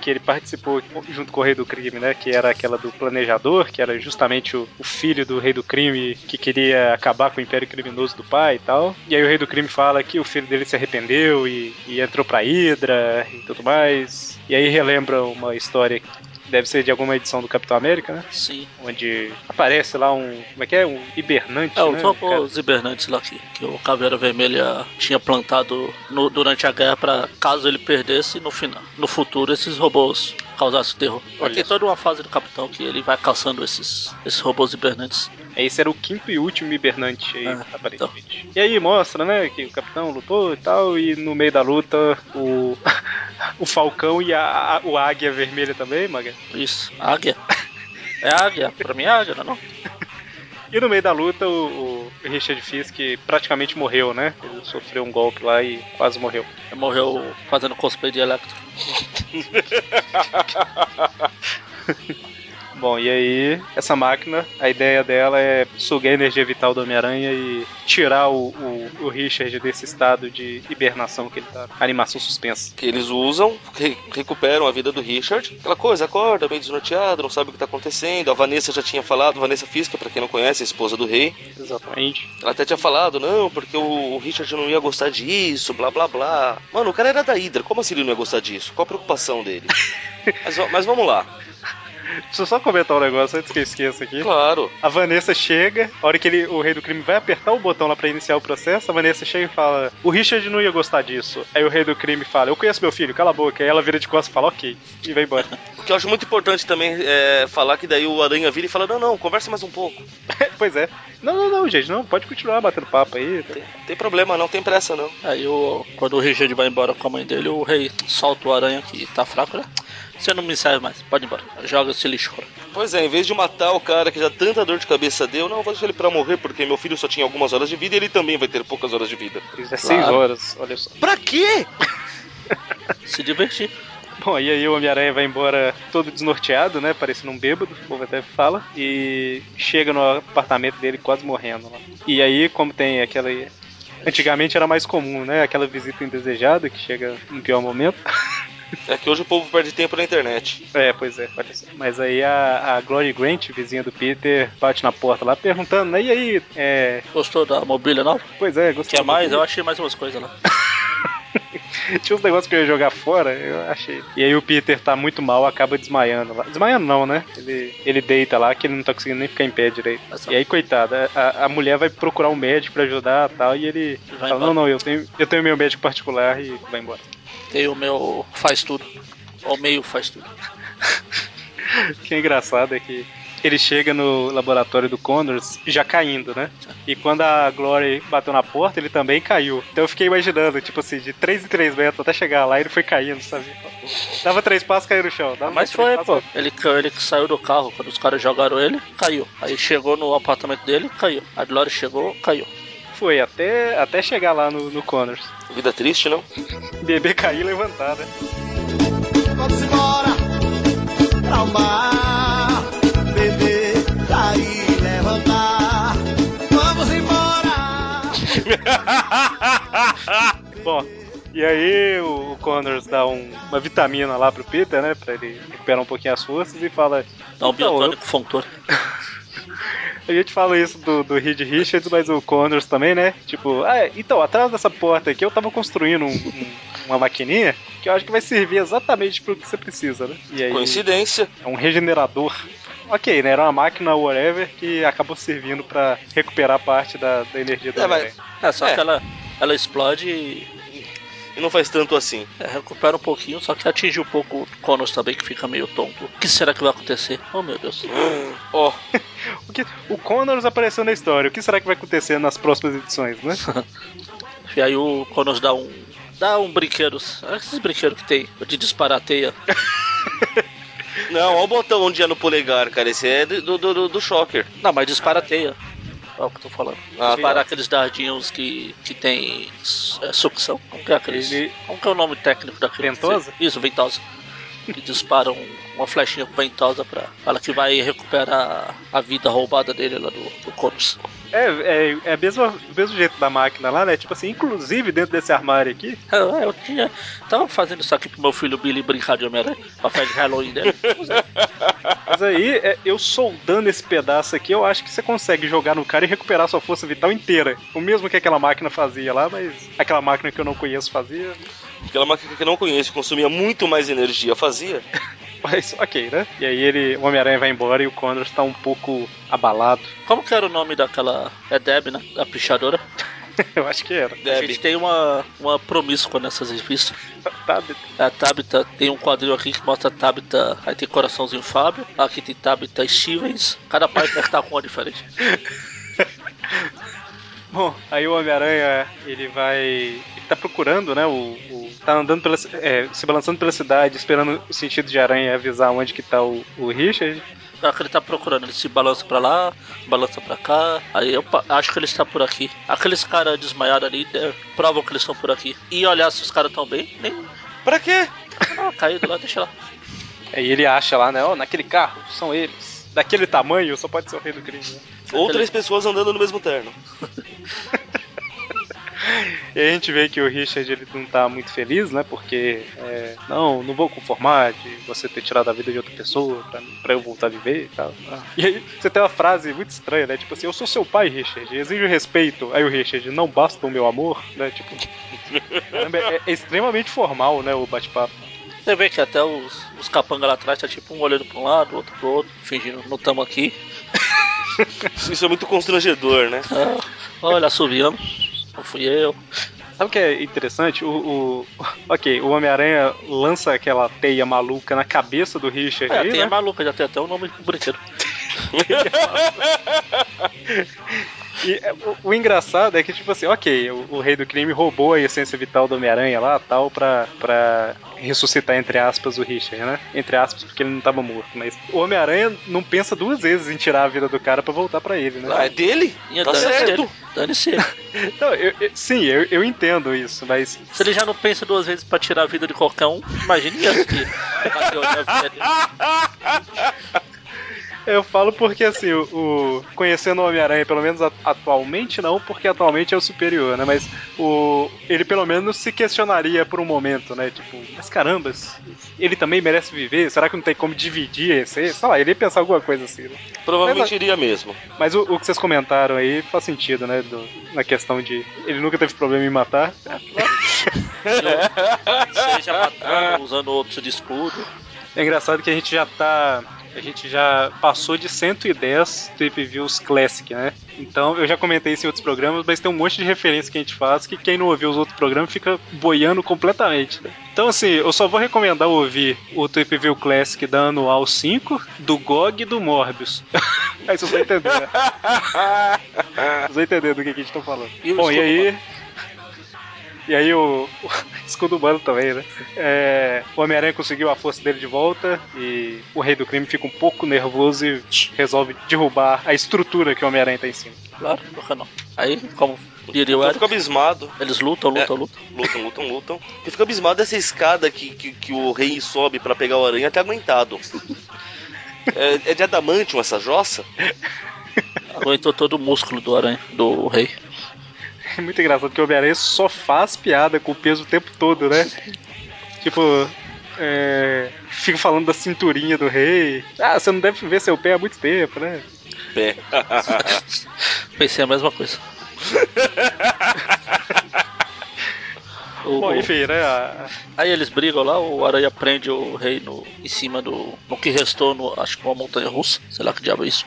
S1: que ele participou junto com o Rei do Crime, né? Que era aquela do planejador, que era justamente o, o filho do Rei do Crime que queria acabar com o Império Criminoso do pai e tal. E aí o Rei do Crime fala que o filho dele se arrependeu e, e entrou pra Hydra e tudo mais. E aí relembra uma história que deve ser de alguma edição do Capitão América, né?
S2: Sim.
S1: Onde aparece lá um. Como é que é? Um hibernante,
S2: É,
S1: né?
S2: os,
S1: cara?
S2: os hibernantes lá que, que o Caveira Vermelha tinha plantado no- durante a guerra pra caso ele perdesse no final, no futuro esses robôs causassem terror.
S1: Olha
S2: Tem
S1: só.
S2: toda uma fase do Capitão que ele vai caçando esses, esses robôs hibernantes.
S1: Esse era o quinto e último hibernante aí,
S2: Ah,
S1: aparentemente. E aí mostra, né, que o capitão lutou e tal, e no meio da luta o, (laughs) o Falcão e a, a- o Águia Vermelha também, Maga.
S2: Isso, águia. (laughs) É águia, pra mim é águia, não é não?
S1: E no meio da luta o, o Richard Fisk praticamente morreu, né? Ele sofreu um golpe lá e quase morreu.
S2: Ele morreu fazendo cosplay de Electro.
S1: Bom, e aí, essa máquina, a ideia dela é sugar a energia vital do Homem-Aranha e tirar o, o, o Richard desse estado de hibernação que ele tá. Animação suspensa.
S3: que eles usam, que recuperam a vida do Richard. Aquela coisa, acorda, meio desnorteado, não sabe o que tá acontecendo. A Vanessa já tinha falado, Vanessa Fisca, pra quem não conhece, é a esposa do rei.
S1: Exatamente.
S3: Ela até tinha falado, não, porque o o Richard não ia gostar disso, blá blá blá. Mano, o cara era da Hydra, como assim ele não ia gostar disso? Qual a preocupação dele? mas, va- mas vamos lá.
S1: Deixa eu só comentar um negócio antes que eu esqueça aqui.
S3: Claro,
S1: A Vanessa chega, a hora que ele, o rei do crime vai apertar o botão lá pra iniciar o processo, a Vanessa chega e fala: O Richard não ia gostar disso. Aí o rei do crime fala: Eu conheço meu filho, cala a boca. Aí ela vira de costas e fala: Ok, e vai embora. (laughs)
S3: o que eu acho muito importante também é falar que daí o Aranha vira e fala, não, não, conversa mais um pouco.
S1: pois é. Não, não, não, gente, não, pode continuar batendo papo aí.
S3: Não tem problema não, tem pressa não.
S2: Aí o, quando o Richard vai embora com a mãe dele, o rei solta o aranha que tá fraco, né? Você não me serve mais, pode ir embora. Joga esse lixo fora.
S3: Pois é, em vez de matar o cara que já tanta dor de cabeça deu, não, vou deixar ele pra morrer porque meu filho só tinha algumas horas de vida e ele também vai ter poucas horas de vida.
S1: Pois é, seis
S2: Claro.
S1: horas, olha só.
S3: Pra quê?
S2: Se divertir.
S1: Bom, e aí o Homem-Aranha vai embora todo desnorteado, né? Parecendo um bêbado, o povo até fala. E chega no apartamento dele quase morrendo lá. E aí, como tem aquela. Antigamente era mais comum, né? Aquela visita indesejada que chega no pior momento. (laughs)
S3: É que hoje o povo perde tempo na internet.
S1: É, pois é, olha só. Mas aí a, a Glory Grant, vizinha do Peter, bate na porta lá perguntando, né? E aí, é.
S2: Gostou da mobília nova?
S1: Pois é, gostei.
S2: Quer mais? Eu achei mais umas coisas né? lá.
S1: (laughs) Tinha uns negócios que eu ia jogar fora, eu achei. E aí o Peter tá muito mal, acaba desmaiando lá. Desmaiando não, né? Ele, ele deita lá, que ele não tá conseguindo nem ficar em pé direito.
S2: Essa-
S1: E aí, coitada, a, a mulher vai procurar um médico pra ajudar e tal, e ele
S2: Vai
S1: fala,
S2: embora.
S1: não, não, eu tenho, eu tenho meu médico particular e vai embora. (laughs)
S2: Tem o meu faz tudo. Ou meio faz tudo.
S1: O que é engraçado é que ele chega no laboratório do Connors já caindo, né? E quando a Glory bateu na porta, ele também caiu. Então eu fiquei imaginando, tipo assim, de 3 em 3 metros até chegar lá, ele foi caindo, sabe? Dava três passos, caiu no chão. Dava
S2: Tá, Mas
S1: três
S2: foi,
S1: passos,
S2: pô. Ele, ca- ele que saiu do carro, quando os caras jogaram ele, caiu. Aí chegou no apartamento dele, caiu. A Glória chegou, caiu.
S1: Foi, até, até chegar lá no, no Connors.
S3: Vida triste, não?
S1: Bebê cair e levantar,
S2: (laughs)
S1: né?
S5: Vamos embora pra o bar, beber, cair, levantar. tá Vamos embora.
S1: Bom, e aí o o Connors dá um- uma vitamina lá pro Peter, né? Pra ele recuperar um pouquinho as forças e fala...
S2: Dá um
S1: "Então, eu-
S2: biotônico fontor.
S1: A gente fala isso do, do Reed Richards, mas o Connors também, né? Tipo, ah, então, atrás dessa porta aqui eu tava construindo um- um- uma maquininha que eu acho que vai servir exatamente pro que você precisa, né? E aí,
S3: Coincidência.
S1: é um regenerador. Ok, né? Era uma máquina, whatever, que acabou servindo pra recuperar parte da, da energia do
S3: É, mas-
S1: Homem-Aranha.
S2: É, só
S3: É.
S2: que ela, ela explode e
S3: E não faz tanto (gasps) assim.
S2: é, recupera um pouquinho, só que atinge um pouco o Conos também, que fica meio tonto. O que será que vai acontecer? Oh meu Deus.
S3: Ó,
S1: O que o Connors apareceu na história. O que será que vai acontecer nas próximas edições, né?
S2: E aí o Conos dá um. Dá um brinquedo. Olha esses brinquedos que tem de disparar a teia.
S3: Não, olha o botão onde é no polegar, cara. Esse é do, do, do, do Shocker.
S2: Não, mas dispara a teia. Olha o que eu tô falando.
S3: Ah,
S2: disparar
S3: tá.
S2: aqueles dardinhos que, que tem su- é, sucção. Como que é aqueles?
S1: Ele-
S2: Como que é o nome técnico daquele?
S1: Ventosa?
S2: Isso, ventosa. Que disparam uma flechinha com ventosa pra. Fala que vai recuperar a vida roubada dele lá do, do Conos.
S1: (laughs) É, é, é mesmo, do mesmo jeito da máquina lá, né? Tipo assim, inclusive dentro desse armário aqui.
S2: Ah, Eu tinha. Tava fazendo isso aqui pro meu filho Billy brincar de Homem-Aranha. Pra festa de Halloween
S1: (laughs)
S2: dele.
S1: Mas aí, é, eu soldando esse pedaço aqui, eu acho que você consegue jogar no cara e recuperar sua força vital inteira. O mesmo que aquela máquina fazia lá, mas aquela máquina que eu não conheço fazia.
S3: Aquela máquina que eu não conheço, consumia muito mais energia, fazia.
S1: Mas ok, né? E aí ele, o Homem-Aranha vai embora e o Connors tá um pouco abalado. (laughs)
S2: Como que era o nome daquela. É Deb, né? A pichadora.
S1: eu acho que era.
S2: A gente tem uma, uma promíscua nessas revistas.
S1: Tá,
S2: A Tabita tem um quadril aqui que mostra a Tabita. Aí tem coraçãozinho Fábio. Aqui tem Tabita Stevens. Cada pai vai estar com uma diferente.
S1: Bom, aí o Homem-Aranha, ele vai. Ele tá procurando, né? O, o- tá andando pela. ci- é, se balançando pela cidade, esperando o sentido de aranha avisar onde que tá o, o Richard.
S2: Ah, que ele tá procurando, ele se balança pra lá, balança pra cá. Aí eu acho que ele está por aqui. Aqueles caras desmaiados ali né, provam que eles estão por aqui. E olhar se os caras estão bem, nem.
S3: Pra quê?
S2: Ah, caiu lá, deixa lá.
S1: Aí ele acha lá, né? Ó, naquele carro, são eles. Daquele tamanho, só pode ser o rei do crime. né?
S3: Ou três pessoas andando no mesmo terno.
S1: E aí a gente vê que o Richard ele não tá muito feliz, né? Porque, é, não, não vou conformar de você ter tirado a vida de outra pessoa pra, pra eu voltar a viver e tal. E aí você tem uma frase muito estranha, né? Tipo assim, eu sou seu pai, Richard, exijo respeito. Aí o Richard, não basta o meu amor, né? Tipo, caramba, é, é extremamente formal, né? O bate-papo.
S2: Você vê que até os, os capanga lá atrás tá tipo um olhando pra um lado, outro pro outro, fingindo não tamo aqui.
S3: (laughs) Isso é muito constrangedor, né?
S2: Ah, olha, assoviando. Não fui eu.
S1: Sabe o que é interessante? O, (laughs) o- ok, o Homem-Aranha lança aquela teia maluca na cabeça do Richard.
S2: É,
S1: aí,
S2: tem
S1: né?
S2: a maluca, já tem até o nome do brinquedo.
S1: E é, o, o engraçado é que, tipo assim, ok, o, o rei do crime roubou a essência vital do Homem-Aranha lá, tal, pra, pra ressuscitar, entre aspas, o Richard, né? Entre aspas, porque ele não tava morto. Mas o Homem-Aranha não pensa duas vezes em tirar a vida do cara pra voltar pra ele, né?
S3: Ah, é dele?
S2: E
S3: Tá
S2: dane-se
S3: certo.
S2: ele, Dane-se ele.
S1: Não, então, eu- eu- sim, eu, eu entendo isso, mas
S2: Se ele já não pensa duas vezes pra tirar a vida de qualquer um, imagine esse que vai ter olhar a vida dele.
S1: (laughs) eu falo porque, assim, o, o- conhecendo o Homem-Aranha, pelo menos a- atualmente não, porque atualmente é o superior, né? Mas o, ele pelo menos se questionaria por um momento, né? Tipo, mas caramba, ele também merece viver? Será que não tem como dividir esse? Sei lá, ele ia pensar alguma coisa assim, né?
S3: Provavelmente iria mesmo.
S1: Mas o, o que vocês comentaram aí faz sentido, né? Do- na questão de ele nunca teve problema em matar.
S2: Seja matando, usando outro de escudo.
S1: É engraçado que a gente já tá. A gente já passou de 110 Trip Views Classic, né? Então, eu já comentei isso em outros programas, mas tem um monte de referência que a gente faz que quem não ouviu os outros programas fica boiando completamente. né? Então, assim, eu só vou recomendar ouvir o Trip View Classic da Anual 5, do GOG e do Morbius. (laughs) Aí vocês vão entender. né? Vocês vão entender do que, que a gente tá falando.
S2: E o
S1: Bom, e
S2: escudo
S1: aí. E aí o, o escudo humano também, né? É, o Homem-Aranha conseguiu a força dele de volta e o rei do crime fica um pouco nervoso e resolve derrubar a estrutura que o Homem-Aranha tá em cima. (laughs)
S2: Claro, por que não? Aí, como diria o
S3: Eu fico
S2: Eric,
S3: abismado.
S2: eles lutam, lutam,
S1: É.
S2: lutam.
S3: Lutam, lutam, lutam. Eu fico abismado dessa escada que, que, que o rei sobe pra pegar o aranha até aguentado. É, é de adamantium essa jossa?
S2: Aguentou todo o músculo do aranha, do rei.
S1: É muito engraçado porque o Homem-Aranha só faz piada com o peso o tempo todo, né? tipo. É, fica falando da cinturinha do rei. Ah, você não deve ver seu pé há muito tempo, né?
S3: É.
S2: Pensei a mesma coisa.
S1: (laughs)
S2: O-
S1: Bom,
S2: o-
S1: enfim, né? a-
S2: Aí eles brigam lá, o aranha prende o rei no, em cima do. no que restou, no, acho que uma montanha russa. Sei lá que diabo é isso.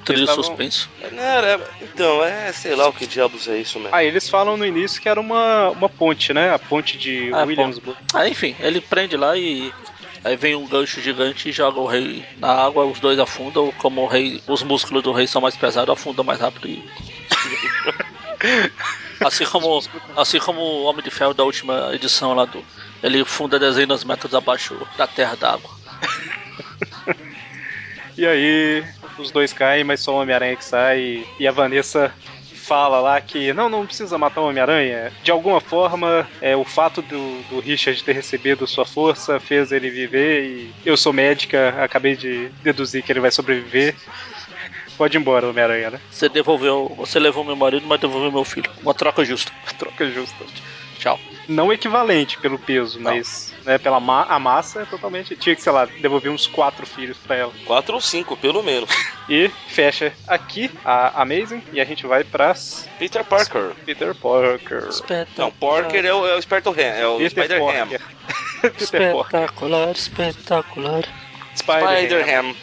S2: Um Trilho
S1: Eles tavam-
S2: suspenso.
S3: (laughs) Não, era- então, é, sei lá o que diabos é isso mesmo.
S1: Ah, eles falam no início que era uma, uma ponte, né? A ponte de
S2: Ah,
S1: Williamsburg.
S2: Ah, enfim, ele prende lá e. Aí vem um gancho gigante e joga o rei na água, os dois afundam, como o rei, os músculos do rei são mais pesados, afundam mais rápido
S3: (laughs)
S2: e. assim como assim como o Homem de Ferro da última edição lá do. Ele funda dezenas de metros abaixo da terra da água.
S1: E aí os dois caem, mas só o Homem-Aranha que sai. e- E a Vanessa fala lá que não, não precisa matar o Homem-Aranha. De alguma forma, é, o fato do, do Richard ter recebido sua força fez ele viver e eu sou médica, acabei de deduzir que ele vai sobreviver. Pode ir embora, Homem-Aranha, né?
S2: Você devolveu. Você levou meu marido, mas devolveu meu filho. Uma troca justa.
S1: Troca justa.
S2: Tchau.
S1: Não equivalente pelo peso,
S2: Não.
S1: mas né, pela ma a massa é totalmente. Tinha que, sei lá, devolver uns quatro filhos pra ela.
S3: Quatro ou cinco, pelo menos.
S1: E fecha aqui a Amazing e a gente vai pras
S3: Peter Parker.
S1: Peter Parker.
S3: Não, Parker é o, é o Spider-Ham, é o Spider-Ham.
S1: Parker. (laughs) Peter Parker.
S2: Espetacular, espetacular.
S1: Spider-Ham.
S3: Spider-Ham.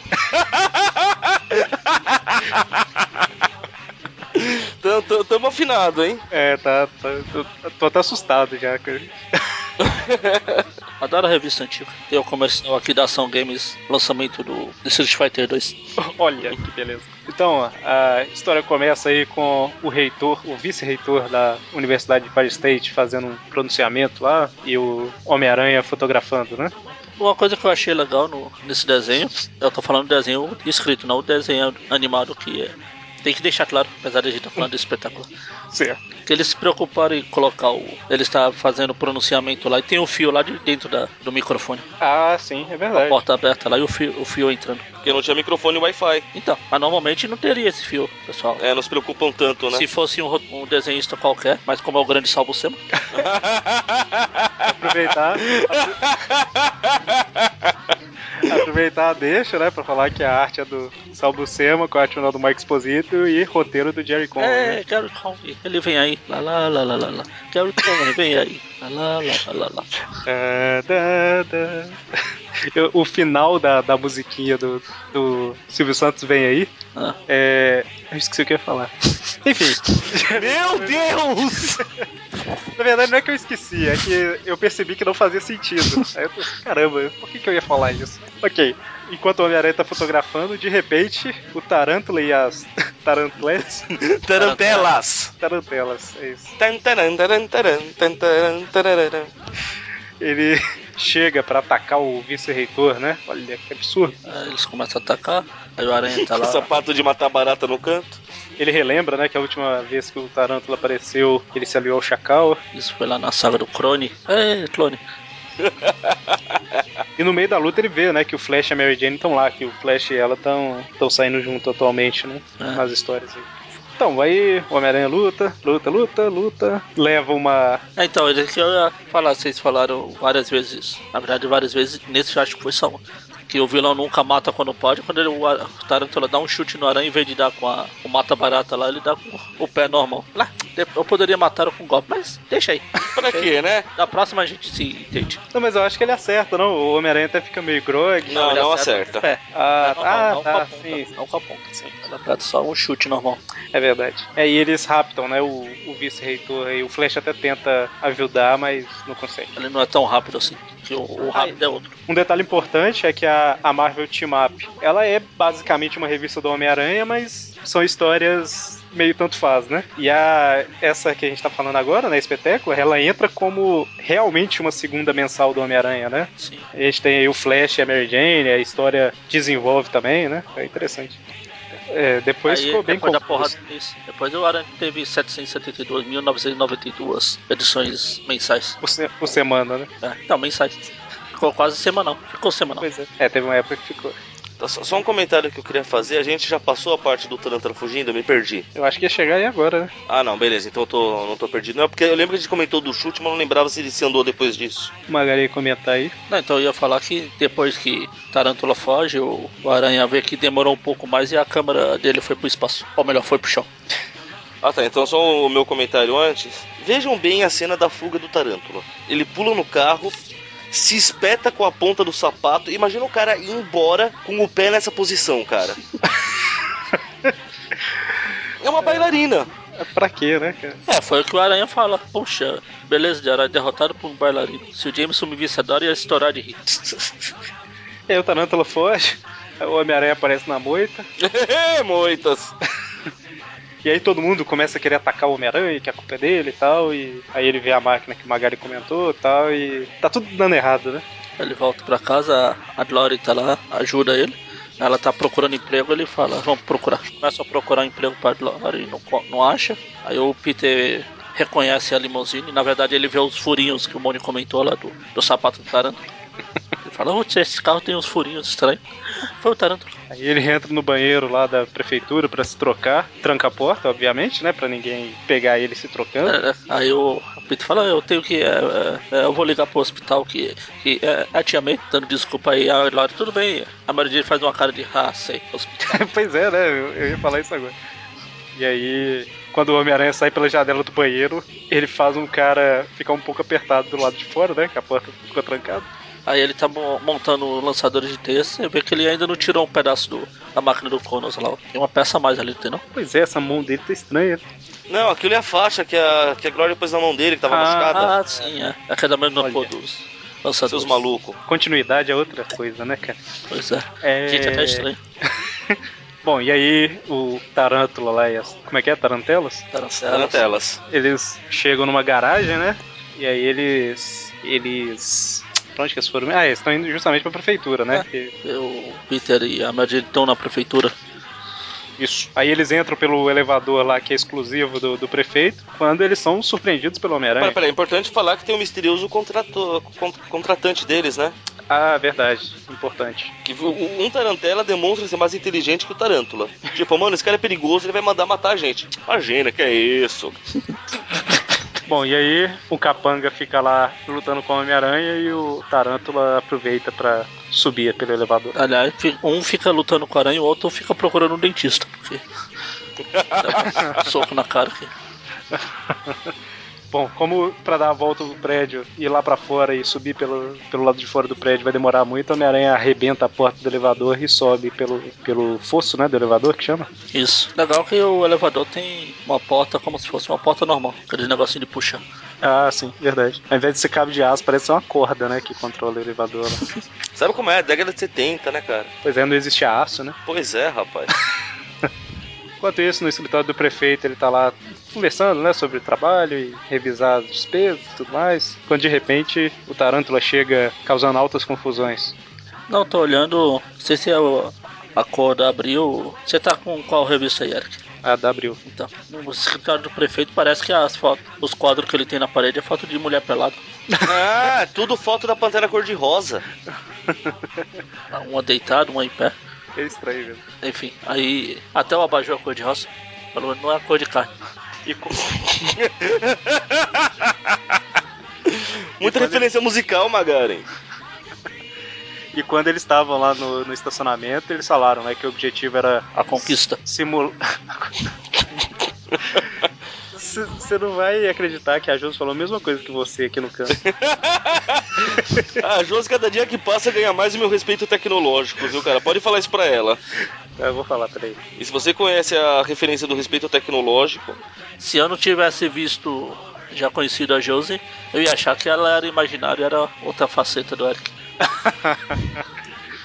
S3: Tam- tam- (laughs) Tamo afinado, hein?
S1: É, tá, tá. Tô, tô até assustado já. cara.
S2: Adoro a revista antiga. Tem o comercial aqui da Ação Games, lançamento do do Street Fighter 2.
S1: (laughs) Olha que beleza. Então, ó, a história começa aí com o reitor, o vice-reitor da Universidade de Paris State fazendo um pronunciamento lá e o Homem-Aranha fotografando, né?
S2: Uma coisa que eu achei legal no- nesse desenho, eu tô falando desenho escrito, não o desenho animado que é. Tem que deixar claro, apesar de a gente estar falando de espetáculo.
S1: Certo.
S2: Que eles se preocuparam em colocar o. Ele está fazendo o pronunciamento lá e tem o fio lá de dentro da- do microfone.
S1: Ah, sim, é
S2: A
S1: verdade.
S2: porta aberta lá e o fio, o fio entrando.
S3: Porque não tinha microfone e Wi-Fi.
S2: Então, mas normalmente não teria esse fio, pessoal.
S3: É, não se preocupam tanto, né?
S2: Se fosse um, ro- um desenhista qualquer, mas como é o grande Salvo Sema,
S1: Aproveitar. Aproveitar a deixa, né, pra falar que a arte é do Sal Buscema, com a arte final do Mike Exposito e roteiro do Jerry Conway. né?
S2: É, Gary Conley, ele vem aí. Lá, lá, lá, lá, lá, lá. Gary Conley, vem aí. Lá, lá, lá, lá, lá, lá.
S1: Tá, tá, tá. (laughs) Eu- O final da, da musiquinha do, do Silvio Santos vem aí.
S2: Ah.
S1: É, eu esqueci o que eu ia falar. (laughs) Enfim. (laughs) Meu Deus! Na verdade, não é que eu esqueci, é que eu percebi que não fazia sentido. Aí eu pensei, caramba, por que, que eu ia falar isso? Ok. Enquanto o Homem-Aranha tá fotografando, de repente, o Tarântula e as (laughs) Tarantulas. (laughs)
S3: Tarantelas.
S1: Tarantelas, é isso.
S3: Tan, taran, taran, taran, tan, taran, tararara.
S1: Ele (laughs) chega pra atacar o vice-reitor, né? Olha que absurdo.
S2: Aí eles começam a atacar, aí o Aranha tá
S3: O
S2: lá.
S3: sapato de matar barata no canto.
S1: Ele relembra, né, que a última vez que o Tarântula apareceu, ele se aliou ao Chacal.
S2: Isso foi lá na saga do Crone. É, clone.
S1: E no meio da luta ele vê, né, que o Flash e a Mary Jane estão lá, que o Flash e ela estão saindo junto atualmente, né,
S2: É.
S1: nas histórias aí. Então, aí o Homem-Aranha luta, luta, luta, luta, leva uma...
S2: É, Então, ele que eu ia falar, vocês falaram várias vezes. Na verdade, várias vezes, nesse eu acho que foi só um. Que o vilão nunca mata quando pode, quando ele, o a- o Tarantula dá um chute no aranha, em vez de dar com a, o mata-barata lá, ele dá com o pé normal. Lá, eu poderia matar com um golpe, mas deixa aí.
S3: Pra quê, né?
S2: Na próxima a gente se entende.
S1: Não, mas eu acho que ele acerta, não? O Homem-Aranha até fica meio grog.
S3: Não,
S2: ele
S3: não
S2: com
S3: acerta.
S2: o pé.
S1: Ah,
S2: não,
S1: ah,
S2: não, não com
S1: tá,
S2: a ponta,
S1: sim,
S2: Não com a ponta, sim. Ela aperta só um chute normal.
S1: é verdade. É, e eles raptam, né, o, o vice-reitor aí. O Flash até tenta ajudar, mas não consegue.
S2: Ele não é tão rápido assim. Que o, o rápido é outro.
S1: Um detalhe importante é que a, a Marvel Team Up, ela é basicamente uma revista do Homem-Aranha, mas são histórias meio tanto faz, né? E a essa que a gente tá falando agora, né, Espeteco, ela entra como realmente uma segunda mensal do Homem-Aranha, né?
S2: Sim.
S1: A gente tem aí o Flash e a Mary Jane, a história desenvolve também, né? É interessante. É, depois
S2: Aí,
S1: ficou bem
S2: depois da
S1: confuso.
S2: porrada isso. Depois o Aranha teve 772.992 edições mensais.
S1: Por, se- por semana, né?
S2: É, não, mensais. Ficou quase semanal. Ficou semanal.
S1: Pois é. É, teve uma época que ficou.
S3: Tá, Só só um comentário que eu queria fazer. A gente já passou a parte do Tarantula fugindo, eu me perdi.
S1: Eu acho que ia chegar aí agora, né?
S3: Ah, não, beleza. Então eu tô, não tô perdido. Não, porque eu lembro que a gente comentou do chute, mas não lembrava se ele se andou depois disso.
S1: O Magali comentar aí.
S2: Não, então eu ia falar que depois que Tarantula foge, o, o Aranha vê que demorou um pouco mais e a câmera dele foi pro espaço. Ou melhor, foi pro chão.
S3: Ah, tá. Então só o meu comentário antes. Vejam bem a cena da fuga do Tarântula. Ele pula no carro, se espeta com a ponta do sapato. Imagina o cara ir embora com o pé nessa posição, cara. é uma bailarina.
S1: É pra quê, né, cara?
S2: É, foi o que o Aranha fala. Poxa, beleza, de Aranha derrotado por um bailarino. Se o Jameson me visse agora, ia estourar de rir.
S1: E aí o Tarântula foge, o Homem-Aranha aparece na moita,
S3: Moitas.
S1: e aí todo mundo começa a querer atacar o Homem-Aranha, que a culpa é dele e tal, e aí ele vê a máquina que o Magari comentou e tal, e tá tudo dando errado, né?
S2: Ele volta pra casa, a Glory tá lá, ajuda ele. Ela tá procurando emprego, ele fala, vamos procurar. Começa a procurar emprego pra Glory, não, co- não acha. Aí o Peter reconhece a limousine, na verdade ele vê os furinhos que o Moni comentou lá do, do sapato do Tarântula. Ele fala, "Ô, tia, esse carro tem uns furinhos estranhos. Foi o Tarântula.
S1: Aí ele entra no banheiro lá da prefeitura pra se trocar, tranca a porta, obviamente, né, Pra ninguém pegar ele se
S2: (laughs)
S1: trocando. (laughs)
S2: É, é. aí o Peter fala, eu tenho que. é, é, é, eu vou ligar pro hospital que. que é, a tia May, dando desculpa aí, a Laura, tudo bem. A Mary Jane faz uma cara de ah, sei, hospital.
S1: pois é, né, eu, eu ia falar isso agora. E aí, quando o Homem-Aranha sai pela janela do banheiro, ele faz um cara ficar um pouco apertado do lado de fora, né, que a porta ficou trancada.
S2: aí ele tá mo- montando o lançador de texto e vê que ele ainda não tirou um pedaço do, da máquina do Conos lá. ó. Tem uma peça a mais ali, entendeu?
S1: Pois é, essa mão dele tá estranha.
S3: Não, aquilo é a faixa que a, que a Glória pôs na mão dele, que tava
S1: Ah,
S3: machucada.
S2: Ah, sim, é. É que é da mesma
S1: Olha.
S2: cor dos
S3: Seus
S2: lançadores.
S3: malucos.
S1: Continuidade é outra coisa, né, cara?
S2: Pois é.
S1: É.
S2: Gente, até estranho.
S1: Bom, e aí o Tarântula lá e as. Como é que é? Tarantelas?
S2: Tá
S3: Era Tá telas.
S1: Eles chegam numa garagem, né? E aí eles. Eles. Pra onde que eles foram? Ah, eles estão indo justamente pra prefeitura, né? Que-
S2: O Peter e a Mary Jane estão na prefeitura.
S1: Isso. Aí eles entram pelo elevador lá que é exclusivo do, do prefeito, quando eles são surpreendidos pelo
S3: Pera,
S1: Homem-Aranha.
S3: pera, é importante falar que tem um misterioso contrato, con- contratante deles, né?
S1: Ah, verdade. Importante.
S3: Que o- um tarantela demonstra ser mais inteligente que o tarântula. Tipo, mano, esse cara é perigoso, ele vai mandar matar a gente. Imagina, que é isso.
S1: Bom, e aí o Capanga fica lá lutando com o Homem-Aranha e o Tarântula aproveita pra subir pelo elevador.
S2: Aliás, fi- um fica lutando com o aranha e o outro fica procurando um dentista, porque. Dá um (laughs) soco na cara aqui.
S1: Bom, como pra dar a volta do prédio, ir lá pra fora e subir pelo, pelo lado de fora do prédio vai demorar muito, o Homem-Aranha arrebenta a porta do elevador e sobe pelo, pelo fosso, né, do elevador, que chama?
S2: Isso. Legal que o elevador tem uma porta como se fosse uma porta normal. Aquele negocinho de puxar.
S1: Ah, sim, verdade. Ao invés de ser cabo de aço, parece ser uma corda, né, que controla o elevador. lá.
S3: Sabe como é? Década de 70, né, cara?
S1: Pois é, não existe aço, né?
S3: Pois é, rapaz.
S1: Enquanto isso, no escritório do prefeito, ele tá lá conversando, né, sobre o trabalho e revisar as despesas e tudo mais, quando de repente o Tarântula chega causando altas confusões.
S2: Não, tô olhando. Não sei se é o- a cor da abril. Você tá com qual revista aí, Eric?
S1: Ah, W.
S2: Então, no escritório do prefeito parece que as fotos, os quadros que ele tem na parede é foto de mulher pelada.
S3: ah, tudo foto da Pantera Cor-de-Rosa.
S2: Ah, Uma deitada, uma em pé.
S1: É estranho mesmo.
S2: Enfim, aí até o abajur é cor de roça. Pelo menos não é cor de carne.
S1: E com-
S3: Muita referência musical, Magaren.
S1: E quando eles estavam lá no, no estacionamento, eles falaram né, que o objetivo era
S2: A conquista.
S1: (laughs) simular. Você não vai acreditar que a Josi falou a mesma coisa que você aqui no (laughs) canto.
S3: Ah, Josi, cada dia que passa ganha mais o meu respeito tecnológico, viu, cara? Pode falar isso pra ela.
S1: Eu vou falar, peraí.
S3: E se você conhece a referência do respeito tecnológico,
S2: Se eu não tivesse visto, já conhecido a Josie, eu ia achar que ela era imaginária, era outra faceta do Eric.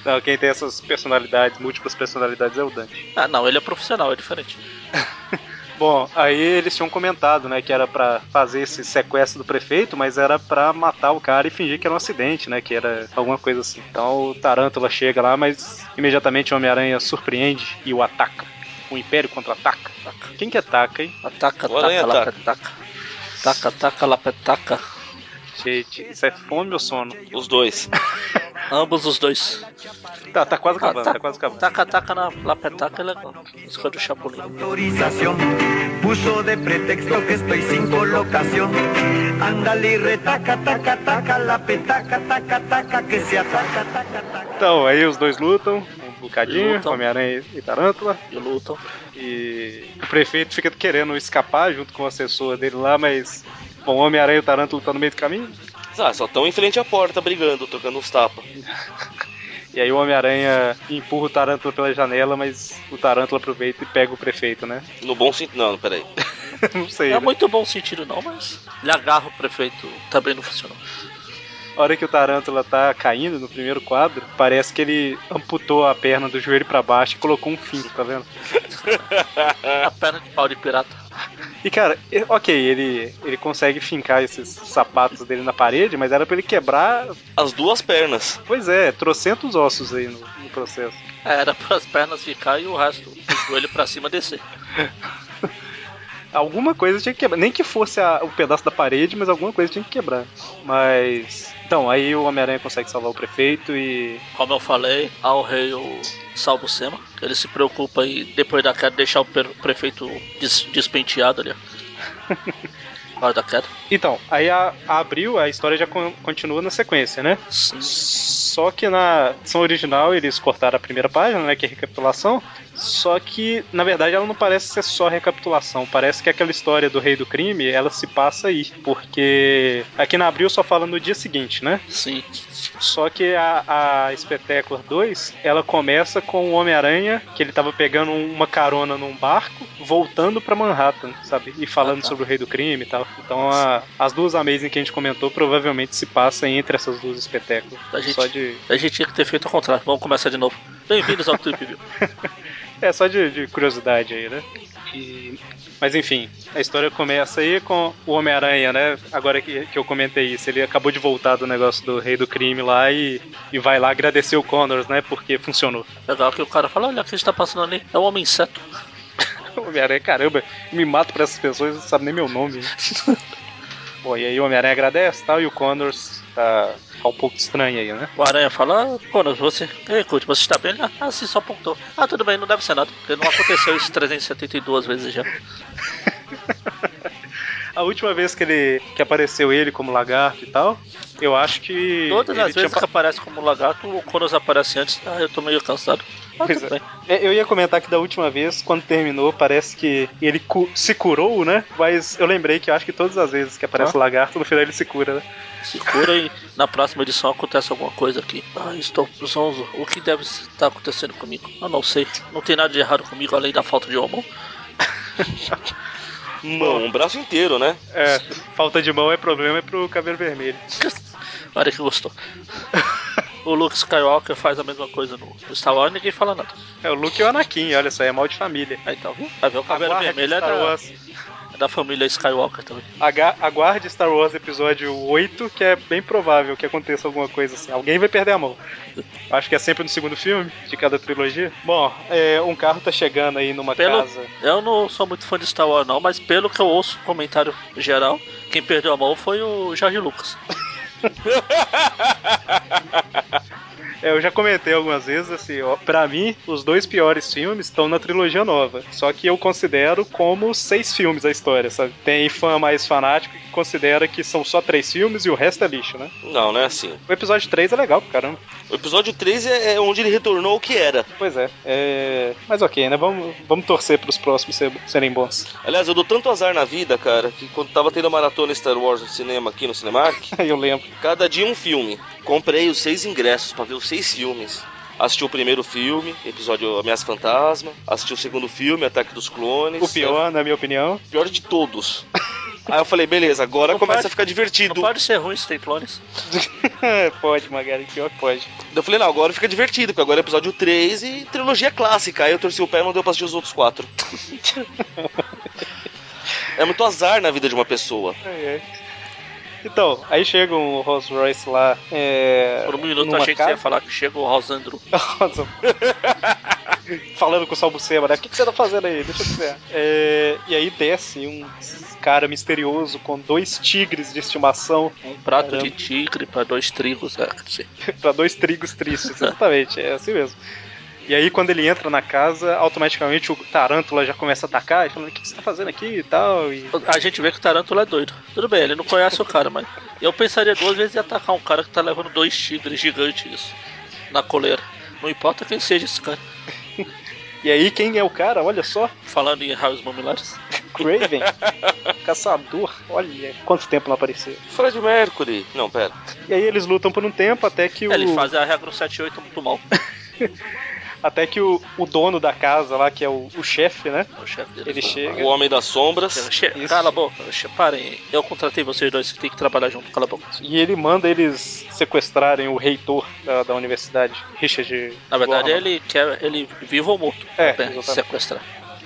S1: Não, quem tem essas personalidades, múltiplas personalidades é o Dante.
S2: Ah, não, ele é profissional, é diferente.
S1: Bom, aí eles tinham comentado, né, que era pra fazer esse sequestro do prefeito, mas era pra matar o cara e fingir que era um acidente, né, que era alguma coisa assim. Então o Tarântula chega lá, mas imediatamente o Homem-Aranha surpreende e o ataca. O Império contra-ataca. Quem que ataca, hein?
S2: Ataca,
S3: O aranha
S2: ataca, lapetaca. Taca, ataca, lapetaca.
S1: Gente, isso é fome ou sono?
S3: os dois.
S2: Ambos os dois.
S1: Tá, tá quase
S2: Ah,
S1: acabando, tá,
S2: tá-
S1: quase acabando.
S2: Taca, taca na lapetaca é legal. Música do Chapolin.
S5: Autorización, puso de pretexto que estoy sin colocación. Ándale y retaca, taca, taca, la petaca, taca, taca, que se ataca, taca, taca.
S1: Então, aí os dois lutam um bocadinho,
S2: Lutam.
S1: Homem-Aranha e Tarântula,
S2: E lutam.
S1: e o prefeito fica querendo escapar junto com o assessor dele lá, mas bom, o Homem-Aranha e o Tarântula estão no meio do caminho,
S3: Ah, só tão em frente à porta brigando, trocando uns tapas.
S1: e aí o Homem-Aranha empurra o Tarântula pela janela, mas o Tarântula aproveita e pega o prefeito, né? (laughs)
S3: No bom sentido. Não, peraí.
S1: não sei.
S2: É
S1: né?
S2: muito bom sentido não, mas ele agarra o prefeito, também não funcionou.
S1: A hora que o Tarântula tá caindo no primeiro quadro, parece que ele amputou a perna do joelho pra baixo e colocou um finco, tá vendo? É.
S2: A perna de pau de pirata.
S1: E cara, e- ok, ele, ele consegue fincar esses sapatos dele na parede, mas era pra ele quebrar,
S3: As duas pernas.
S1: pois é, trocentos ossos aí no, no processo.
S2: É, Era (laughs) para as pernas ficar e o resto, o joelho pra cima descer.
S1: Alguma coisa tinha que quebrar. Nem que fosse a- o pedaço da parede, mas alguma coisa tinha que quebrar. Mas. Então, aí o Homem-Aranha consegue salvar o prefeito e.
S2: Como eu falei, ao rei o Salvo Sema. Ele se preocupa e depois da queda deixar o pre- prefeito des- despenteado ali.
S1: (laughs)
S2: ó. Na hora da queda.
S1: Então, aí a, a Abril, a história já con- continua na sequência, né?
S2: Sim.
S1: Só que na edição original eles cortaram a primeira página, né? Que é recapitulação. Só que, na verdade, ela não parece ser só recapitulação. Parece que aquela história do rei do crime, ela se passa aí. Porque aqui na Abril só fala no dia seguinte, né?
S2: Sim.
S1: Só que a, a Spectacular 2, ela começa com o Homem-Aranha, que ele tava pegando um, uma carona num barco, voltando pra Manhattan, sabe? E falando
S2: Ah, tá.
S1: sobre o rei do crime e tal. Então a- as duas Amazing que a gente comentou provavelmente se passam entre essas duas espetáculos.
S2: A gente-
S1: Só de,
S2: A gente tinha que ter feito ao contrário. Vamos começar de novo.
S1: (laughs)
S2: Bem-vindos ao Trip View.
S1: É só de, de curiosidade aí, né? E- Mas enfim, a história começa aí com o Homem-Aranha, né? Agora que, que eu comentei isso, ele acabou de voltar do negócio do rei do crime lá e, e vai lá agradecer o Connors, né? Porque funcionou.
S2: Legal que o cara fala, olha o que está passando ali. É um homem inseto.
S1: O (laughs) Homem-Aranha, caramba, me mato pra essas pessoas, não sabe nem meu (laughs) nome. Bom, e aí o Homem-Aranha agradece e tal, e o Connors tá, tá um pouco estranho aí, né?
S2: O Aranha fala, ah, Conan, você. Ei, curte, você está bem? Ele, Ah, sim, só apontou. Ah, tudo bem, não deve ser nada. Porque não aconteceu isso 372 vezes já.
S1: A última vez que ele que apareceu ele como lagarto e tal, eu acho que.
S2: Todas
S1: ele
S2: as vezes
S1: tinha
S2: que aparece como lagarto, o Conos aparece antes. Ah, eu tô meio cansado. Ah,
S1: Pois
S2: tudo
S1: é.
S2: bem.
S1: É, Eu ia comentar que da última vez, quando terminou, parece que ele cu- se curou, né? Mas eu lembrei que eu acho que todas as vezes que aparece o lagarto, no final ele se cura, né?
S2: Se cura e na próxima edição acontece alguma coisa aqui. Ah, estou zonzo. O que deve estar acontecendo comigo? Eu não sei. Não tem nada de errado comigo além da falta de um homo.
S3: Mano, um braço inteiro, né?
S1: (laughs) É, falta de mão é problema é pro cabelo vermelho.
S2: (laughs) Olha
S1: (laughs)
S2: que gostou. O Luke Skywalker faz a mesma coisa no no Star Wars e ninguém fala nada.
S1: É o Luke e o Anakin, olha só, é mal de família.
S2: Aí tá, viu? Vai ver o
S1: A
S2: cabelo
S1: guarda
S2: vermelho
S1: de
S2: é
S1: Star
S2: da,
S1: Wars.
S2: é da família Skywalker também.
S1: Aga- Aguarde Star Wars episódio 8, que é bem provável que aconteça alguma coisa assim. Alguém vai perder a mão. Acho que é sempre no segundo filme, de cada trilogia. Bom, é, um carro tá chegando aí numa
S2: Pelo-
S1: casa.
S2: Eu não sou muito fã de Star Wars não, mas pelo que eu ouço no comentário geral, quem perdeu a mão foi o Jorge Lucas.
S1: É, eu já comentei algumas vezes, assim, ó, pra mim, os dois piores filmes estão na trilogia nova. Só que eu considero como seis filmes a história, sabe? Tem fã mais fanático que considera que são só três filmes e o resto é lixo, né?
S3: Não, não é assim.
S1: O episódio 3 é legal pra caramba.
S3: O episódio 3 é é onde ele retornou ao que era.
S1: Pois é. é... Mas ok, né? Vamos, vamos torcer pros próximos ser- serem bons.
S3: Aliás, eu dou tanto azar na vida, cara, que quando tava tendo a maratona Star Wars no cinema aqui no Cinemark, (laughs)
S1: (laughs) eu lembro.
S3: Cada dia um filme. Comprei os seis ingressos pra ver os seis filmes. Assisti o primeiro filme, episódio Ameaça Fantasma. Assisti o segundo filme, Ataque dos Clones.
S1: O pior, na minha opinião.
S3: É o pior de todos. Aí eu falei, beleza, agora
S2: Não
S3: começa
S2: pode-
S3: a ficar
S2: Não
S3: divertido.
S2: pode ser ruim se tem clones.
S1: (laughs) pode, Magari, pior que pode.
S3: Eu falei, não, agora fica divertido, porque agora é episódio 3 e trilogia clássica. Aí eu torci o pé e não deu pra assistir os outros quatro. é muito azar na vida de uma pessoa.
S1: Ai, ai. É, Então, aí chega um Rolls Royce lá. É... (laughs)
S2: Por um minuto eu
S1: numa
S2: achei que você
S1: casa.
S2: ia falar que chegou o Rosandro.
S1: Nossa. Falando com o Salbucema, né? O que, que você tá fazendo aí? Deixa eu dizer. É, e aí desce um cara misterioso com dois tigres de estimação (laughs)
S2: Um prato
S1: Caramba.
S2: de tigre pra dois trigos, é, quer dizer.
S1: pra dois trigos tristes. Exatamente, é assim mesmo. E aí, quando ele entra na casa, automaticamente o Tarântula já começa a atacar, e falando: O que, que você tá fazendo aqui e tal. E...
S2: A gente vê que o Tarântula é doido. Tudo bem, ele não conhece o cara, mas eu pensaria duas vezes em atacar um cara que tá levando dois tigres gigantes na coleira. Não importa quem seja esse cara.
S1: e aí, quem é o cara? Olha só,
S2: Falando em raios mamilares, (laughs)
S1: Craven, caçador. Olha, quanto tempo não apareceu.
S3: Fred Mercury. Não, pera.
S1: E
S2: É,
S1: aí, eles lutam por um tempo até que o.
S2: ele faz a regra 78 muito mal.
S1: Até que o, o dono da casa lá, que é o, o chefe, né?
S2: O chefe dele.
S1: Ele
S2: fala,
S1: chega.
S3: O Homem das
S2: "Che- (laughs)
S3: Sombras.
S2: che-
S1: Isso.
S2: Cala a boca, che- parem. Eu contratei vocês dois, vocês têm que trabalhar junto, cala a boca.
S1: E ele manda eles sequestrarem o reitor da, da universidade, Richard.
S2: Na verdade,
S1: Gorman.
S2: ele quer ele vivo ou morto.
S1: É,
S2: apenas,
S1: exatamente.
S2: sequestrar.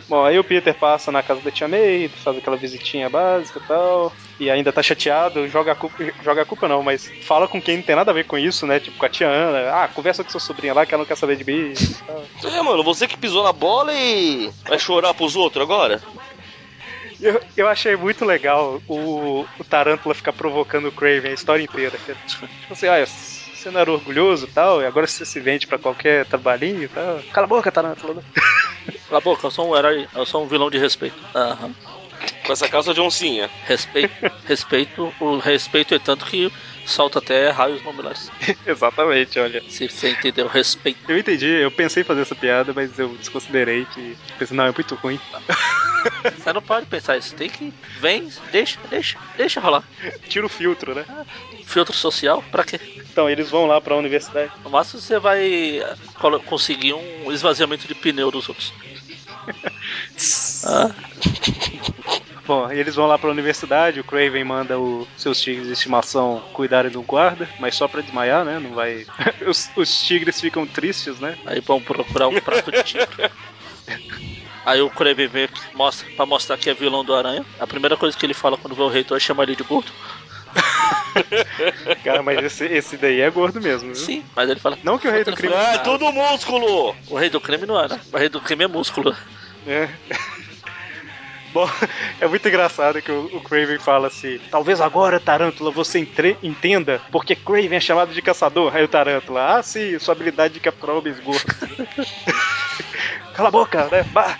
S1: Bom, aí o Peter passa na casa da Tia May, faz aquela visitinha básica e tal, e ainda tá chateado, joga a culpa, joga a culpa não, mas fala com quem não tem nada a ver com isso, né? Tipo com a Tia Ana, ah, conversa com sua sobrinha lá que ela não quer saber de mim. e tal.
S3: É, mano, você que pisou na bola e vai chorar pros outros agora?
S1: eu, eu achei muito legal o, o Tarântula ficar provocando o Craven a história inteira. cara. Tipo assim, olha, você não era orgulhoso e tal, e agora você se vende pra qualquer trabalhinho e tal. Cala a boca, Tarântula. né?
S2: Cala a boca, eu sou um herói, eu sou um vilão de respeito. Aham.
S3: Com essa calça de oncinha.
S2: (laughs) Respeito, respeito, o respeito é tanto que salta até raios nominares.
S1: (laughs) Exatamente, olha.
S2: Se você entendeu, respeito.
S1: Eu entendi, eu pensei em fazer essa piada, mas eu desconsiderei que. Pensei, não, é muito ruim.
S2: Você não pode pensar isso, tem que. Vem, deixa, deixa, deixa rolar.
S1: Tira o filtro, né?
S2: Filtro social, pra quê?
S1: Então, eles vão lá pra universidade.
S2: No máximo você vai eh, colo- conseguir um esvaziamento de pneu dos outros. Ah,
S1: Bom, eles vão lá pra universidade, o Craven manda os seus tigres de estimação cuidarem do guarda, mas só pra desmaiar, né? Não vai. (laughs) os, os tigres ficam tristes, né?
S2: aí vamos procurar um prato de tigre. Aí o Kraven vem aqui, mostra, pra mostrar que é vilão do Aranha. A primeira coisa que ele fala quando vê o reitor é chamar ele de gordo.
S1: Cara, mas esse, esse daí é gordo mesmo, viu?
S2: Sim, mas ele fala.
S1: Não que o rei do crime.
S3: Ah, é tudo músculo!
S2: O rei do creme não era. O rei do creme é músculo.
S1: É. (laughs) Bom, é muito engraçado que o, o Craven fala assim: talvez agora, Tarântula, você entre- entenda porque Craven é chamado de caçador. Aí o Tarântula, ah, sim, sua habilidade de capturar homens gordos. (laughs) Cala a boca, né? Bah!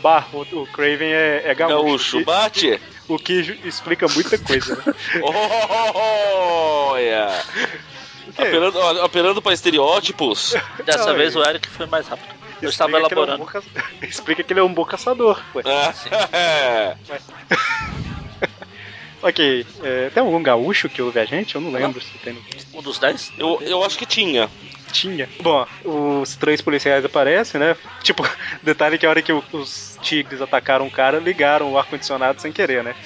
S1: Bah, o, o Craven é, é gaúcho.
S3: Gaúcho,
S1: o que-
S3: bate! Oh,
S1: O que ju- explica muita coisa.
S2: (laughs)
S1: né?
S3: Olha! oh, Apelando, ó, apelando pra estereótipos.
S2: Dessa
S1: Não,
S2: vez
S1: ele-
S2: o Eric foi mais rápido. Eu
S1: Explica
S2: estava
S1: que ele é um
S2: elaborando.
S1: bom caça- (laughs) explica que ele é um bom caçador. Ué.
S3: Ah,
S1: Ok, é, tem algum gaúcho que ouve a gente? Eu não lembro se tem no
S2: Um dos dez?
S3: eu, eu acho que tinha.
S1: Tinha. Bom, os três policiais aparecem, né? Tipo, (laughs) detalhe que a hora que o- os tigres atacaram o cara, ligaram o ar-condicionado sem querer, né?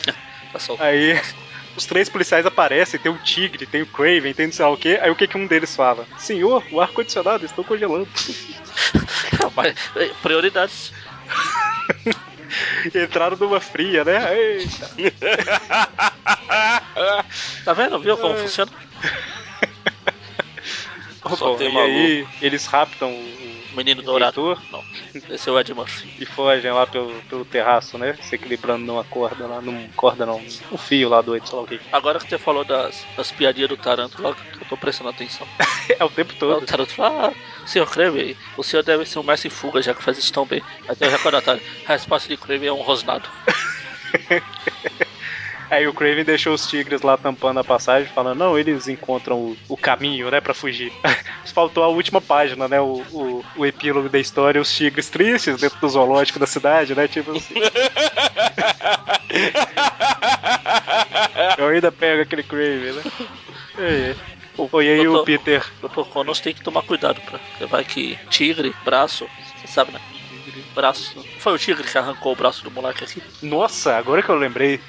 S2: Passou.
S1: Aí (laughs) os três policiais aparecem, tem o tigre, tem o Craven, tem não sei lá o quê. Aí o que, que um deles fala? Senhor, o ar-condicionado, estou congelando.
S2: (laughs)
S1: (laughs)
S2: Mas, eh, prioridades.
S1: Entraram numa fria, né? Eita.
S2: Tá vendo? Viu
S1: é.
S2: como funciona?
S3: Só
S1: Bom,
S3: tem
S1: e aí eles raptam o
S2: O Menino
S1: o
S2: dourado.
S1: reitor
S2: Não. Esse é o Ed Murphy.
S1: e fogem lá pelo, pelo terraço, né? Se equilibrando numa corda lá, num corda não, um fio lá doido, sei lá o que.
S2: Agora que você falou das, das piadinhas do Taranto, logo que eu tô prestando atenção.
S1: (laughs) É o tempo
S2: O
S1: todo.
S2: Taranto fala, ah, senhor Kraven, o senhor deve ser um mestre em fuga, já que faz isso tão bem. Aí tem o recordatório. A resposta de Kraven é um rosnado.
S1: Aí É, o Craven deixou os tigres lá tampando a passagem, falando, não, eles encontram o, o caminho, né, pra fugir. (laughs) Faltou a última página, né, o, o, o epílogo da história, os tigres tristes dentro do zoológico da cidade, né, tipo assim. Eu ainda pego aquele Craven, né. É, é. Pô, e aí o
S2: doutor,
S1: Peter...
S2: doutor Connors tem que tomar cuidado, pra, porque vai que tigre, braço, você sabe, né? Braço. Foi o tigre que arrancou o braço do moleque aqui. né?
S1: Nossa, agora que eu lembrei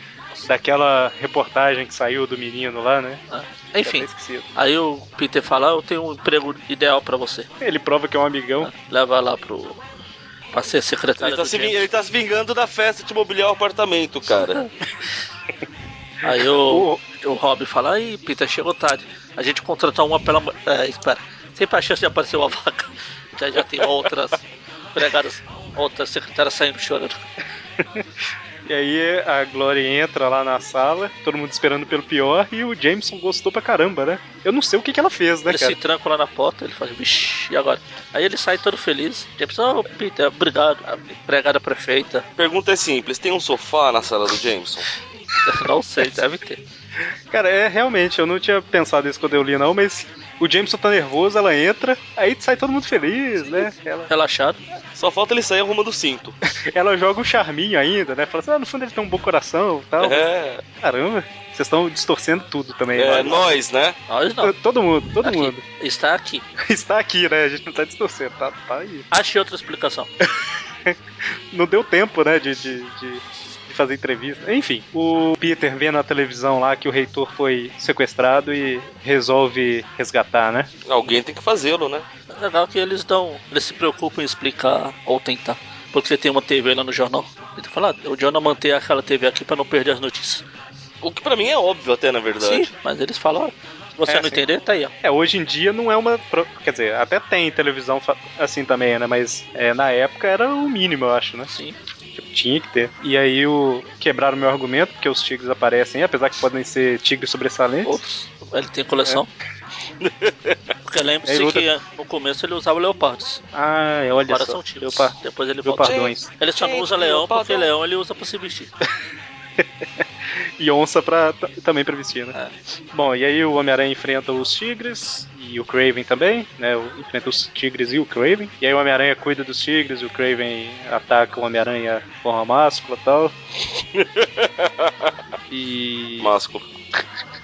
S1: daquela reportagem que saiu do menino lá, né.
S2: Ah,
S1: Tinha até
S2: Enfim,
S1: esquecido.
S2: aí o Peter fala, eu tenho um emprego ideal pra você.
S1: Ele prova que é um amigão.
S2: Leva lá pro. pra ser secretário
S3: Ele tá,
S2: do
S3: se, ving-
S2: James.
S3: ele tá se vingando da festa de mobiliar o apartamento, cara.
S2: Aí o, o Rob fala, aí Peter, chegou tarde. A gente contratou uma pela. ma- É, espera. Sempre a chance de aparecer uma vaca. (laughs) Já, já tem outras empregadas, outras secretárias saindo chorando.
S1: E aí a Glory entra lá na sala, todo mundo esperando pelo pior, e o Jameson gostou pra caramba, né? Eu não sei o que, que ela fez, né,
S2: Ele se
S1: cara?
S2: tranca lá na porta, ele fala, vixi, e agora? Aí ele sai todo feliz. James, oh Peter, obrigado. A empregada prefeita. (laughs)
S3: Pergunta é simples: tem um sofá na sala do Jameson?
S2: Não sei, deve ter.
S1: Cara, é realmente, eu não tinha pensado isso quando eu li, não, mas o Jameson tá nervoso, ela entra, aí sai todo mundo feliz, né? Ela,
S2: Relaxado.
S3: Só falta ele sair arrumando o cinto.
S1: um ela joga o charminho ainda, né? Fala assim, ah, no fundo ele tem um bom coração e tal.
S3: É.
S1: Caramba, Vocês estão distorcendo tudo também.
S3: É,
S1: mano.
S3: nós, né?
S2: Nós não.
S1: Todo mundo, todo
S2: Aqui.
S1: mundo. (laughs)
S2: Está aqui.
S1: Está aqui, né? A gente não tá distorcendo, tá, tá aí.
S2: Achei outra explicação.
S1: não deu tempo, né, de, de, de- de fazer entrevista. Enfim, o Peter vê na televisão lá que o reitor foi sequestrado e resolve resgatar, né?
S3: Alguém tem que fazê-lo, né?
S2: É legal que eles dão. Eles se preocupam em explicar ou tentar. Porque tem uma TV lá no jornal. Ele fala, ah, o Jonah mantém aquela TV aqui pra não perder as notícias.
S3: O que pra mim é óbvio até, na verdade.
S2: Sim, mas eles falam, ó, se você
S1: É,
S2: não
S1: sim.
S2: entender, tá aí, ó.
S1: É, hoje em dia não é uma. pro- Quer dizer, até tem televisão fa- assim também, né? Mas é, na época era o mínimo, eu acho, né?
S2: Sim.
S1: Tipo, tinha que ter. E aí o... quebraram meu argumento, porque os tigres aparecem, apesar que podem ser tigres sobressalentes.
S2: Ops, ele tem coleção. (laughs) Porque lembre-se
S1: É. É, outra-
S2: que eh, no começo ele usava leopardos.
S1: Ah, olha
S2: Agora
S1: só.
S2: são tigres.
S1: Leopar-
S2: Depois ele volta.
S1: Leopardões.
S2: Ele só não
S3: Gente,
S2: usa leão porque
S3: leopardão.
S2: leão ele usa pra se vestir.
S1: E onça pra, t- também pra vestir, né?
S2: É.
S1: Bom, e aí o Homem-Aranha enfrenta os tigres e o Craven também, né? o- Enfrenta os tigres e o Craven. E aí o Homem-Aranha cuida dos tigres, o Craven ataca o Homem-Aranha de forma máscula e tal. E...
S3: Másculo.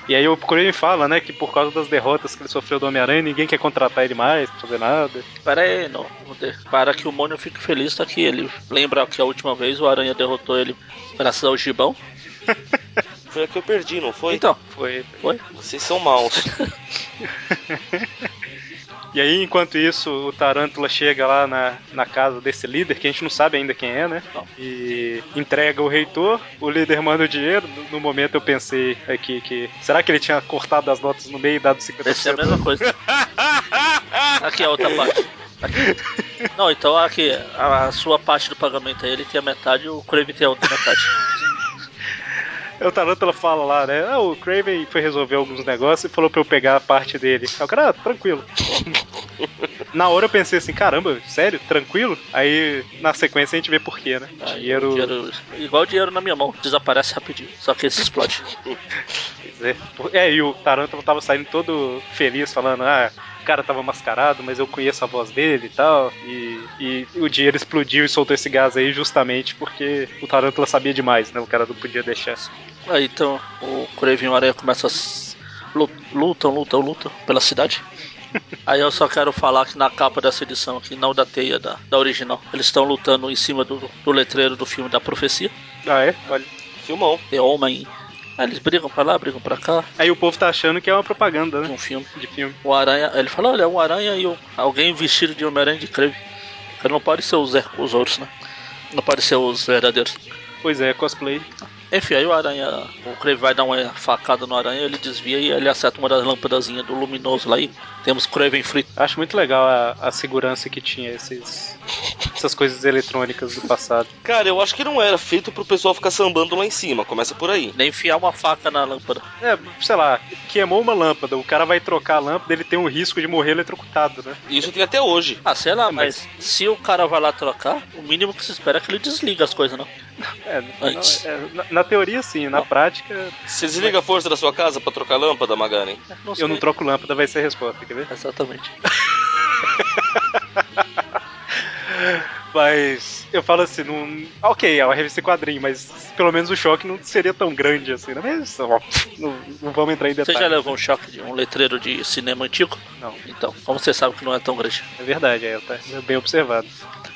S1: e aí o Craven fala, né, que por causa das derrotas que ele sofreu do Homem-Aranha, ninguém quer contratar ele mais, fazer nada.
S2: Para aí, não. não tem- Para que o Mônio fique feliz, tá aqui. Ele lembra que a última vez o Aranha derrotou ele graças ao Gibão.
S3: Foi a que eu perdi, não foi?
S2: Então,
S1: Foi.
S2: foi.
S3: Vocês são maus.
S1: E aí, enquanto isso, o Tarântula chega lá na, na casa desse líder, que a gente não sabe ainda quem é, né?
S2: Não.
S1: E entrega o reitor, o líder manda o dinheiro. No, no momento eu pensei aqui que. Será que ele tinha cortado as notas no meio e dado
S2: Deve ser a
S1: 50%?
S2: mesma coisa. Aqui é a outra parte. Aqui. Não, então aqui, a, a sua parte do pagamento aí, ele tem a metade e o Kraven tem a outra metade.
S1: Aí (laughs) o Tarântula fala lá, né? Ah, o Craven foi resolver alguns negócios e falou pra eu pegar a parte dele. Aí o cara, ah,
S2: (laughs)
S1: tranquilo. na hora eu pensei assim, caramba, sério? Tranquilo? Aí na sequência a gente vê por quê, né?
S2: Aí,
S1: dinheiro.
S2: o dinheiro- Igual o dinheiro na minha mão, desaparece rapidinho. Só que esse explode.
S1: Pois é. É, e o Tarântula tava saindo todo feliz, falando, ah, o cara tava mascarado, mas eu conheço a voz dele e tal. E, e o dinheiro explodiu e soltou esse gás aí justamente porque o Tarântula sabia demais, né? O cara não podia deixar.
S2: Aí então o Kraven e o Aranha começam a. s- lu- Lutam, lutam, lutam pela cidade. Aí eu só quero falar que na capa dessa edição aqui, não da teia da, da original, eles estão lutando em cima do, do letreiro do filme da profecia.
S1: Ah, é? Olha.
S3: Filmão.
S2: É homem. Aí eles brigam pra lá, brigam pra cá,
S1: Aí o povo tá achando que é uma propaganda,
S2: de
S1: né?
S2: um filme.
S1: De filme.
S2: O aranha, ele fala, olha, um aranha e um, alguém vestido de Homem-Aranha de creme. Porque não pode ser os, er- os outros, né? Não pode ser os verdadeiros.
S1: Pois é, cosplay.
S2: Enfim, aí o aranha, o Crave vai dar uma facada no aranha, ele desvia e ele acerta uma das lâmpadazinhas do luminoso lá e temos Craven frito.
S1: Acho muito legal a, a segurança que tinha esses, essas coisas eletrônicas do passado.
S3: Cara, eu acho que não era feito pro pessoal ficar sambando lá em cima. Começa por aí.
S2: Nem enfiar uma faca na lâmpada.
S1: É, sei lá, queimou uma lâmpada, o cara vai trocar a lâmpada, ele tem um risco de morrer eletrocutado, né?
S3: E Isso tem até hoje.
S2: Ah, sei
S1: É,
S2: lá, mas se o cara vai lá trocar, o mínimo que se espera é que ele desliga as coisas, né? não.
S1: É, não-
S2: Antes.
S1: é, na, na teoria sim, na
S2: Não.
S1: prática
S3: Você desliga a força da sua casa pra trocar lâmpada, Magaren?
S1: eu não troco lâmpada, vai ser a resposta, quer ver?
S2: Exatamente.
S1: Mas eu falo assim, não. Ok, é uma revista em quadrinho, mas pelo menos o choque não seria tão grande assim, né? Mas ó, não, não vamos entrar em
S2: Você
S1: detalhes.
S2: já levou um choque de um letreiro de cinema antigo?
S1: Não,
S2: Então, como você sabe que não é tão grande?
S1: é verdade, é, tá é bem observado.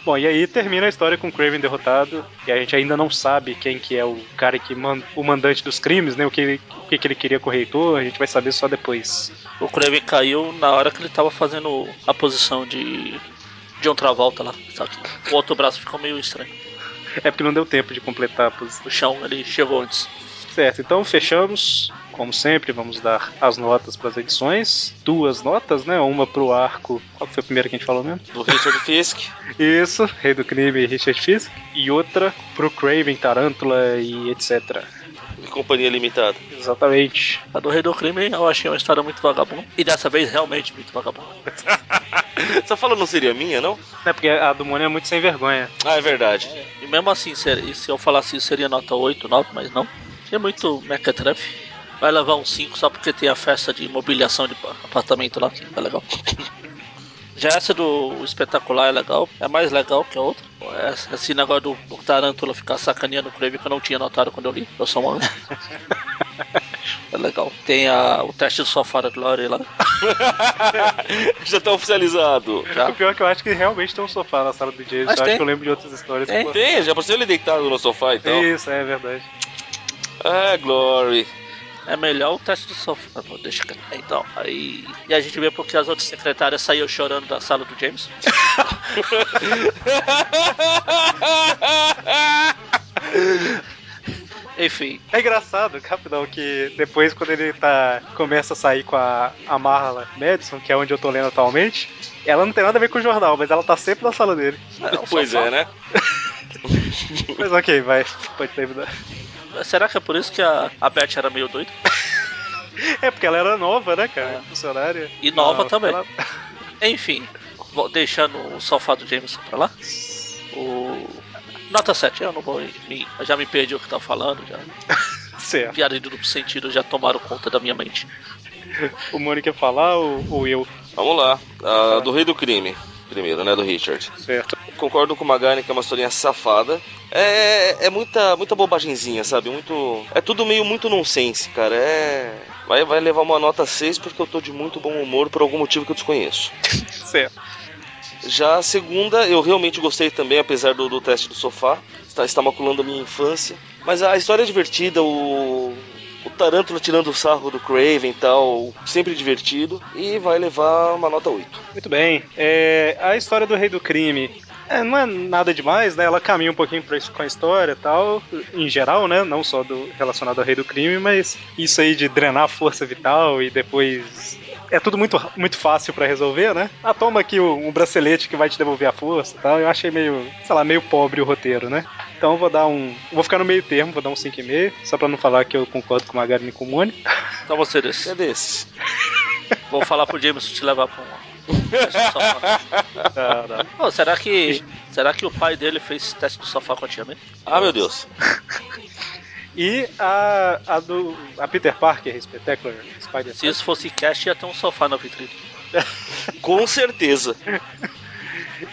S1: Bom, e aí termina a história com o Craven derrotado, e a gente ainda não sabe quem que é o cara que man, o mandante dos crimes, né? O que, ele- o que, que ele queria com o reitor, a gente vai saber só depois.
S2: O Kraven caiu na hora que ele tava fazendo a posição de. de outra volta lá. Só que o outro braço ficou meio estranho.
S1: É porque não deu tempo de completar a posição.
S2: O chão, ele chegou antes.
S1: Certo, então fechamos. Como sempre, vamos dar as notas para as edições. Duas notas, né? Uma pro arco. Qual que foi o primeiro que a gente falou mesmo?
S3: Do Richard Fisk.
S1: Isso, Rei do Crime e Richard Fisk. E outra pro Craven, Tarântula e etc.
S3: E Companhia Limitada.
S1: Exatamente.
S2: A do Rei do Crime eu achei uma história muito vagabunda. E dessa vez realmente muito vagabunda.
S3: Essa fala não seria minha, não?
S1: É porque a do Mônio é muito sem vergonha.
S3: Ah, é verdade. (laughs)
S2: E mesmo assim, se, se eu falasse isso, seria nota 8, 9, mas não. É muito mequetrefe. Vai levar um 5 só porque tem a festa de imobiliação de pa- apartamento lá, que é legal. (laughs) Já essa do espetacular é legal, é mais legal que a outra. Essa- Esse negócio do, do Tarântula ficar sacaneando o Crave que eu não tinha notado quando eu li. Eu sou um homem. É legal. Tem a, o teste do sofá da Glory lá.
S3: Já tá oficializado.
S2: Tá.
S1: O pior é que eu acho que realmente tem um sofá na sala do James.
S2: Mas
S1: eu acho
S2: tem.
S1: que eu lembro de outras histórias.
S2: Tem.
S1: que-
S3: Tem, já apareceu ele deitado no sofá então.
S1: Isso, é verdade.
S3: Ah, Glory.
S2: É melhor o teste do sofá. Não, deixa que... Então, aí. E a gente vê porque as outras secretárias saíram chorando da sala do James. Enfim,
S1: (laughs) É engraçado, rapidão, que depois quando ele tá começa a sair com a, a Marla Madison, que é onde eu tô lendo atualmente, ela não tem nada a ver com o jornal, mas ela tá sempre na sala dele.
S2: é, o
S3: pois
S2: sofá-
S3: é, né?
S1: Mas ok, vai, (laughs) pode terminar.
S2: Será que é por isso que a, a Beth era meio doida?
S1: É porque ela era nova, né, cara? Funcionária.
S2: É. E nova
S1: Não,
S2: também.
S1: ela- (laughs)
S2: Enfim, vou deixando o sofá do Jameson pra lá. O. Nota 7, eu não vou. Me, eu já me perdi o que tá falando, já.
S1: Certo.
S2: Piada de duplo sentido já tomaram conta da minha mente.
S1: O Mônica falar ou, ou eu?
S3: Vamos lá. Ah, do Rei do Crime. Primeiro, né? Do Richard.
S1: Certo.
S3: Concordo com o Magani que é uma historinha safada. É, é muita, muita bobagenzinha, sabe? Muito. É tudo meio muito nonsense, cara. É. Vai, vai levar uma nota 6 porque eu tô de muito bom humor por algum motivo que eu desconheço.
S1: Certo.
S3: Já a segunda, eu realmente gostei também, apesar do, do teste do sofá. Está, está maculando a minha infância. Mas a história é divertida, o. O Tarântula tirando o sarro do Craven e tal, sempre divertido. E vai levar uma nota 8.
S1: Muito bem. É, a história do Rei do Crime. é, não é nada demais, né? Ela caminha um pouquinho pra isso, com a história e tal, em geral, né? Não só do, relacionado ao Rei do Crime, mas isso aí de drenar a força vital e depois. É tudo muito, muito fácil pra resolver, né? Ah, toma aqui um, um bracelete que vai te devolver a força e tal. Eu achei meio, sei lá, meio pobre o roteiro, né? Então eu vou dar um. Vou ficar no meio termo, vou dar um 5,5, só pra não falar que eu concordo com o Magari e com o Mônio.
S2: Então você desce.
S3: É desses.
S2: Vou falar pro Jameson te levar pra um. teste do (laughs) sofá.
S1: (laughs) Não, não.
S2: Pô, será que. Será que o pai dele fez teste do sofá com a tia May?
S3: Ah, meu Deus.
S1: E a, a do. A Peter Parker, Spectacular Spider
S2: Se isso fosse cast, ia ter um sofá na vitrine.
S3: Com certeza.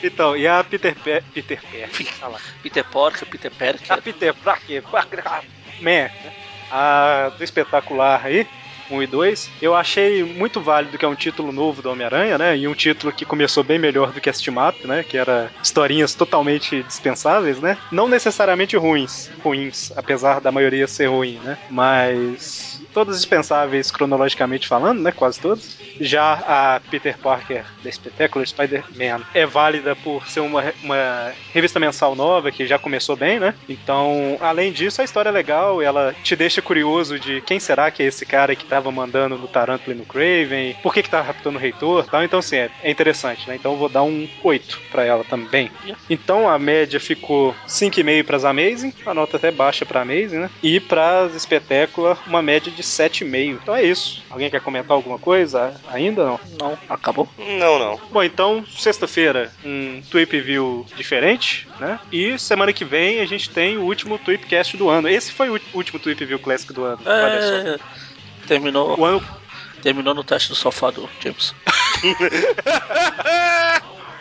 S1: Então, e a Peter Pe Peter Parker.
S2: Peter-
S1: tá lá.
S2: Peter Porca, Peter
S1: A
S2: Perker.
S1: Peter Parker. Parker, ah, Man, a do espetacular aí. 1 e 2, eu achei muito válido que é um título novo do Homem-Aranha, né? E um título que começou bem melhor do que a Steam Up, né? Que era historinhas totalmente dispensáveis, né? Não necessariamente ruins, ruins, apesar da maioria ser ruim, né? Mas todas dispensáveis cronologicamente falando, né? Quase todas. Já a Peter Parker da Spectacular Spider-Man é válida por ser uma, uma revista mensal nova que já começou bem, né? Então, além disso, a história é legal, ela te deixa curioso de quem será que é esse cara que tava mandando no Tarantula e no Craven, por que que tá raptando o Reitor e tal. Então, assim, é, é interessante, né? Então, eu vou dar um 8 pra ela também. Então a média ficou 5,5 para as Amazing, a nota até baixa para Amazing, né? E para as Espetácula, uma média de 7,5. Então é isso. Alguém quer comentar alguma coisa ainda? Não.
S2: Não, acabou.
S3: Não, não.
S1: Bom, então, sexta-feira, um Tweep View diferente, né? E semana que vem a gente tem o último Tweepcast do ano. Esse foi o último Tweep View Classic do ano. Olha só.
S2: É, terminou,
S1: O ano,
S2: terminou no teste do sofá do Jameson.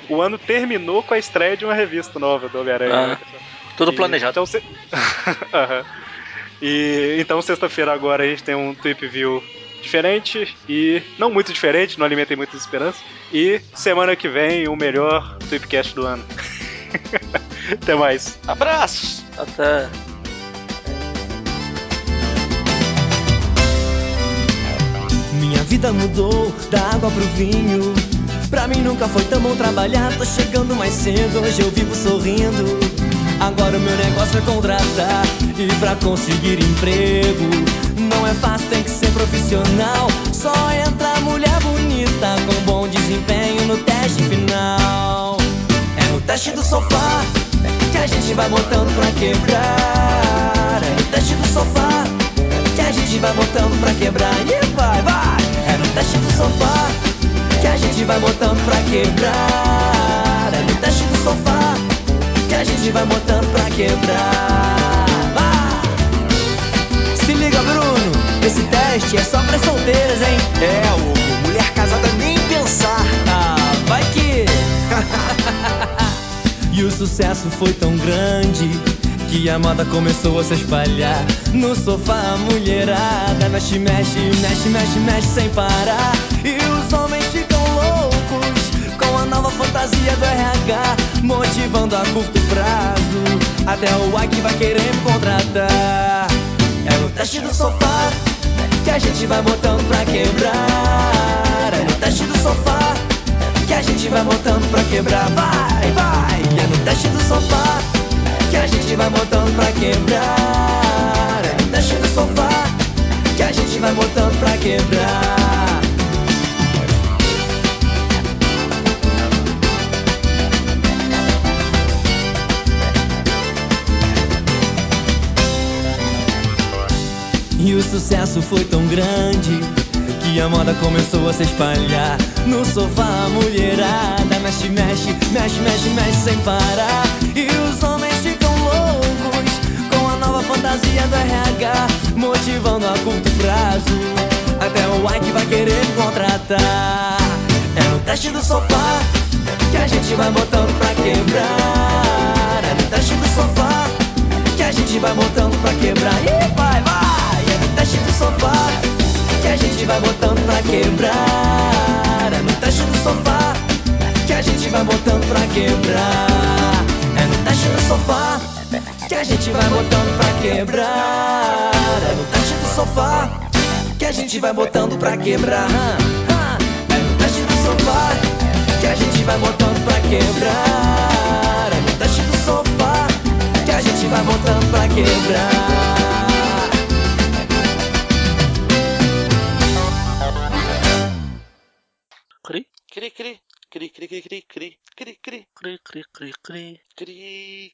S1: o ano terminou com a estreia de uma revista nova do
S2: Ah.
S1: Homem-Aranha. né?
S2: Tudo
S1: E-
S2: planejado.
S1: Então, se... (laughs) Aham. E então sexta-feira agora a gente tem um Tweep View diferente e não muito diferente, não alimentem muitas esperanças. E semana que vem o melhor Tweepcast do ano. (laughs) Até mais.
S3: Abraços!
S2: Até.
S6: Minha vida mudou da água pro vinho. Pra mim nunca foi tão bom trabalhar. Tô chegando mais cedo, hoje eu vivo sorrindo. Agora o meu negócio é contratar. E pra conseguir emprego, não é fácil, tem que ser profissional. Só entra mulher bonita com bom desempenho no teste final. É no teste do sofá que a gente vai botando pra quebrar. É no teste do sofá que a gente vai botando pra quebrar. E vai, vai! É no teste do sofá que a gente vai botando pra quebrar. É no teste do sofá que a gente vai botando pra quebrar. Vai! Se liga, Bruno, esse teste é só pra solteiras, hein? É, o mulher casada nem pensar. Ah, vai (laughs) que. e o sucesso foi tão grande que a moda começou a se espalhar. No sofá a mulherada mexe, mexe, mexe, mexe, mexe sem parar. E os homens ficam loucos com a nova fantasia do RH, motivando a curto prazo. Até o Ike vai querer me contratar. É no teste do sofá né, que a gente vai botando pra quebrar. É no teste do sofá que a gente vai botando pra quebrar. Vai, vai. É no teste do sofá que a gente vai botando pra quebrar. É no teste do sofá que a gente vai botando pra quebrar. E o sucesso foi tão grande que a moda começou a se espalhar. No sofá a mulherada mexe, mexe, mexe, mexe, mexe sem parar. E os homens ficam loucos com a nova fantasia do RH, motivando a curto prazo. Até o Ike vai querer me contratar. É no teste do sofá que a gente vai botando pra quebrar. É no teste do sofá que a gente vai botando pra quebrar. E vai, vai! É no teste do sofá que a gente vai botando pra quebrar. É no teste do sofá que a gente vai botando pra quebrar. É no teste do sofá que a gente vai botando pra quebrar. É no teste do sofá que a gente vai botando pra quebrar. É no teste do sofá que a gente vai botando pra quebrar. É no teste do sofá que a gente vai botando pra quebrar.
S2: Cri,
S3: Cri, cri, cri, cri, cri, cri, cri, cri, cri,
S2: cri, cri, cri, cri.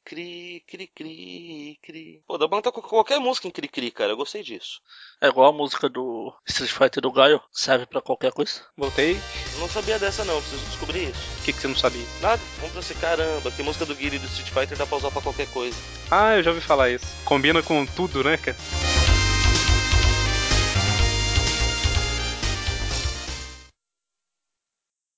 S3: cri, cri, cri, cri, cri. Pô, dá pra botar qualquer música em cri, cri, cara. Eu gostei disso.
S2: É igual a música do Street Fighter do Gaio, serve pra qualquer coisa.
S1: Voltei.
S3: Não sabia dessa, não. Preciso descobrir isso.
S1: O que, que você não sabia?
S3: Nada. Vamos pra esse caramba. Tem música do Guilherme do Street Fighter, dá pra usar pra qualquer coisa.
S1: Ah, eu já ouvi falar isso. Combina com tudo, né, cara?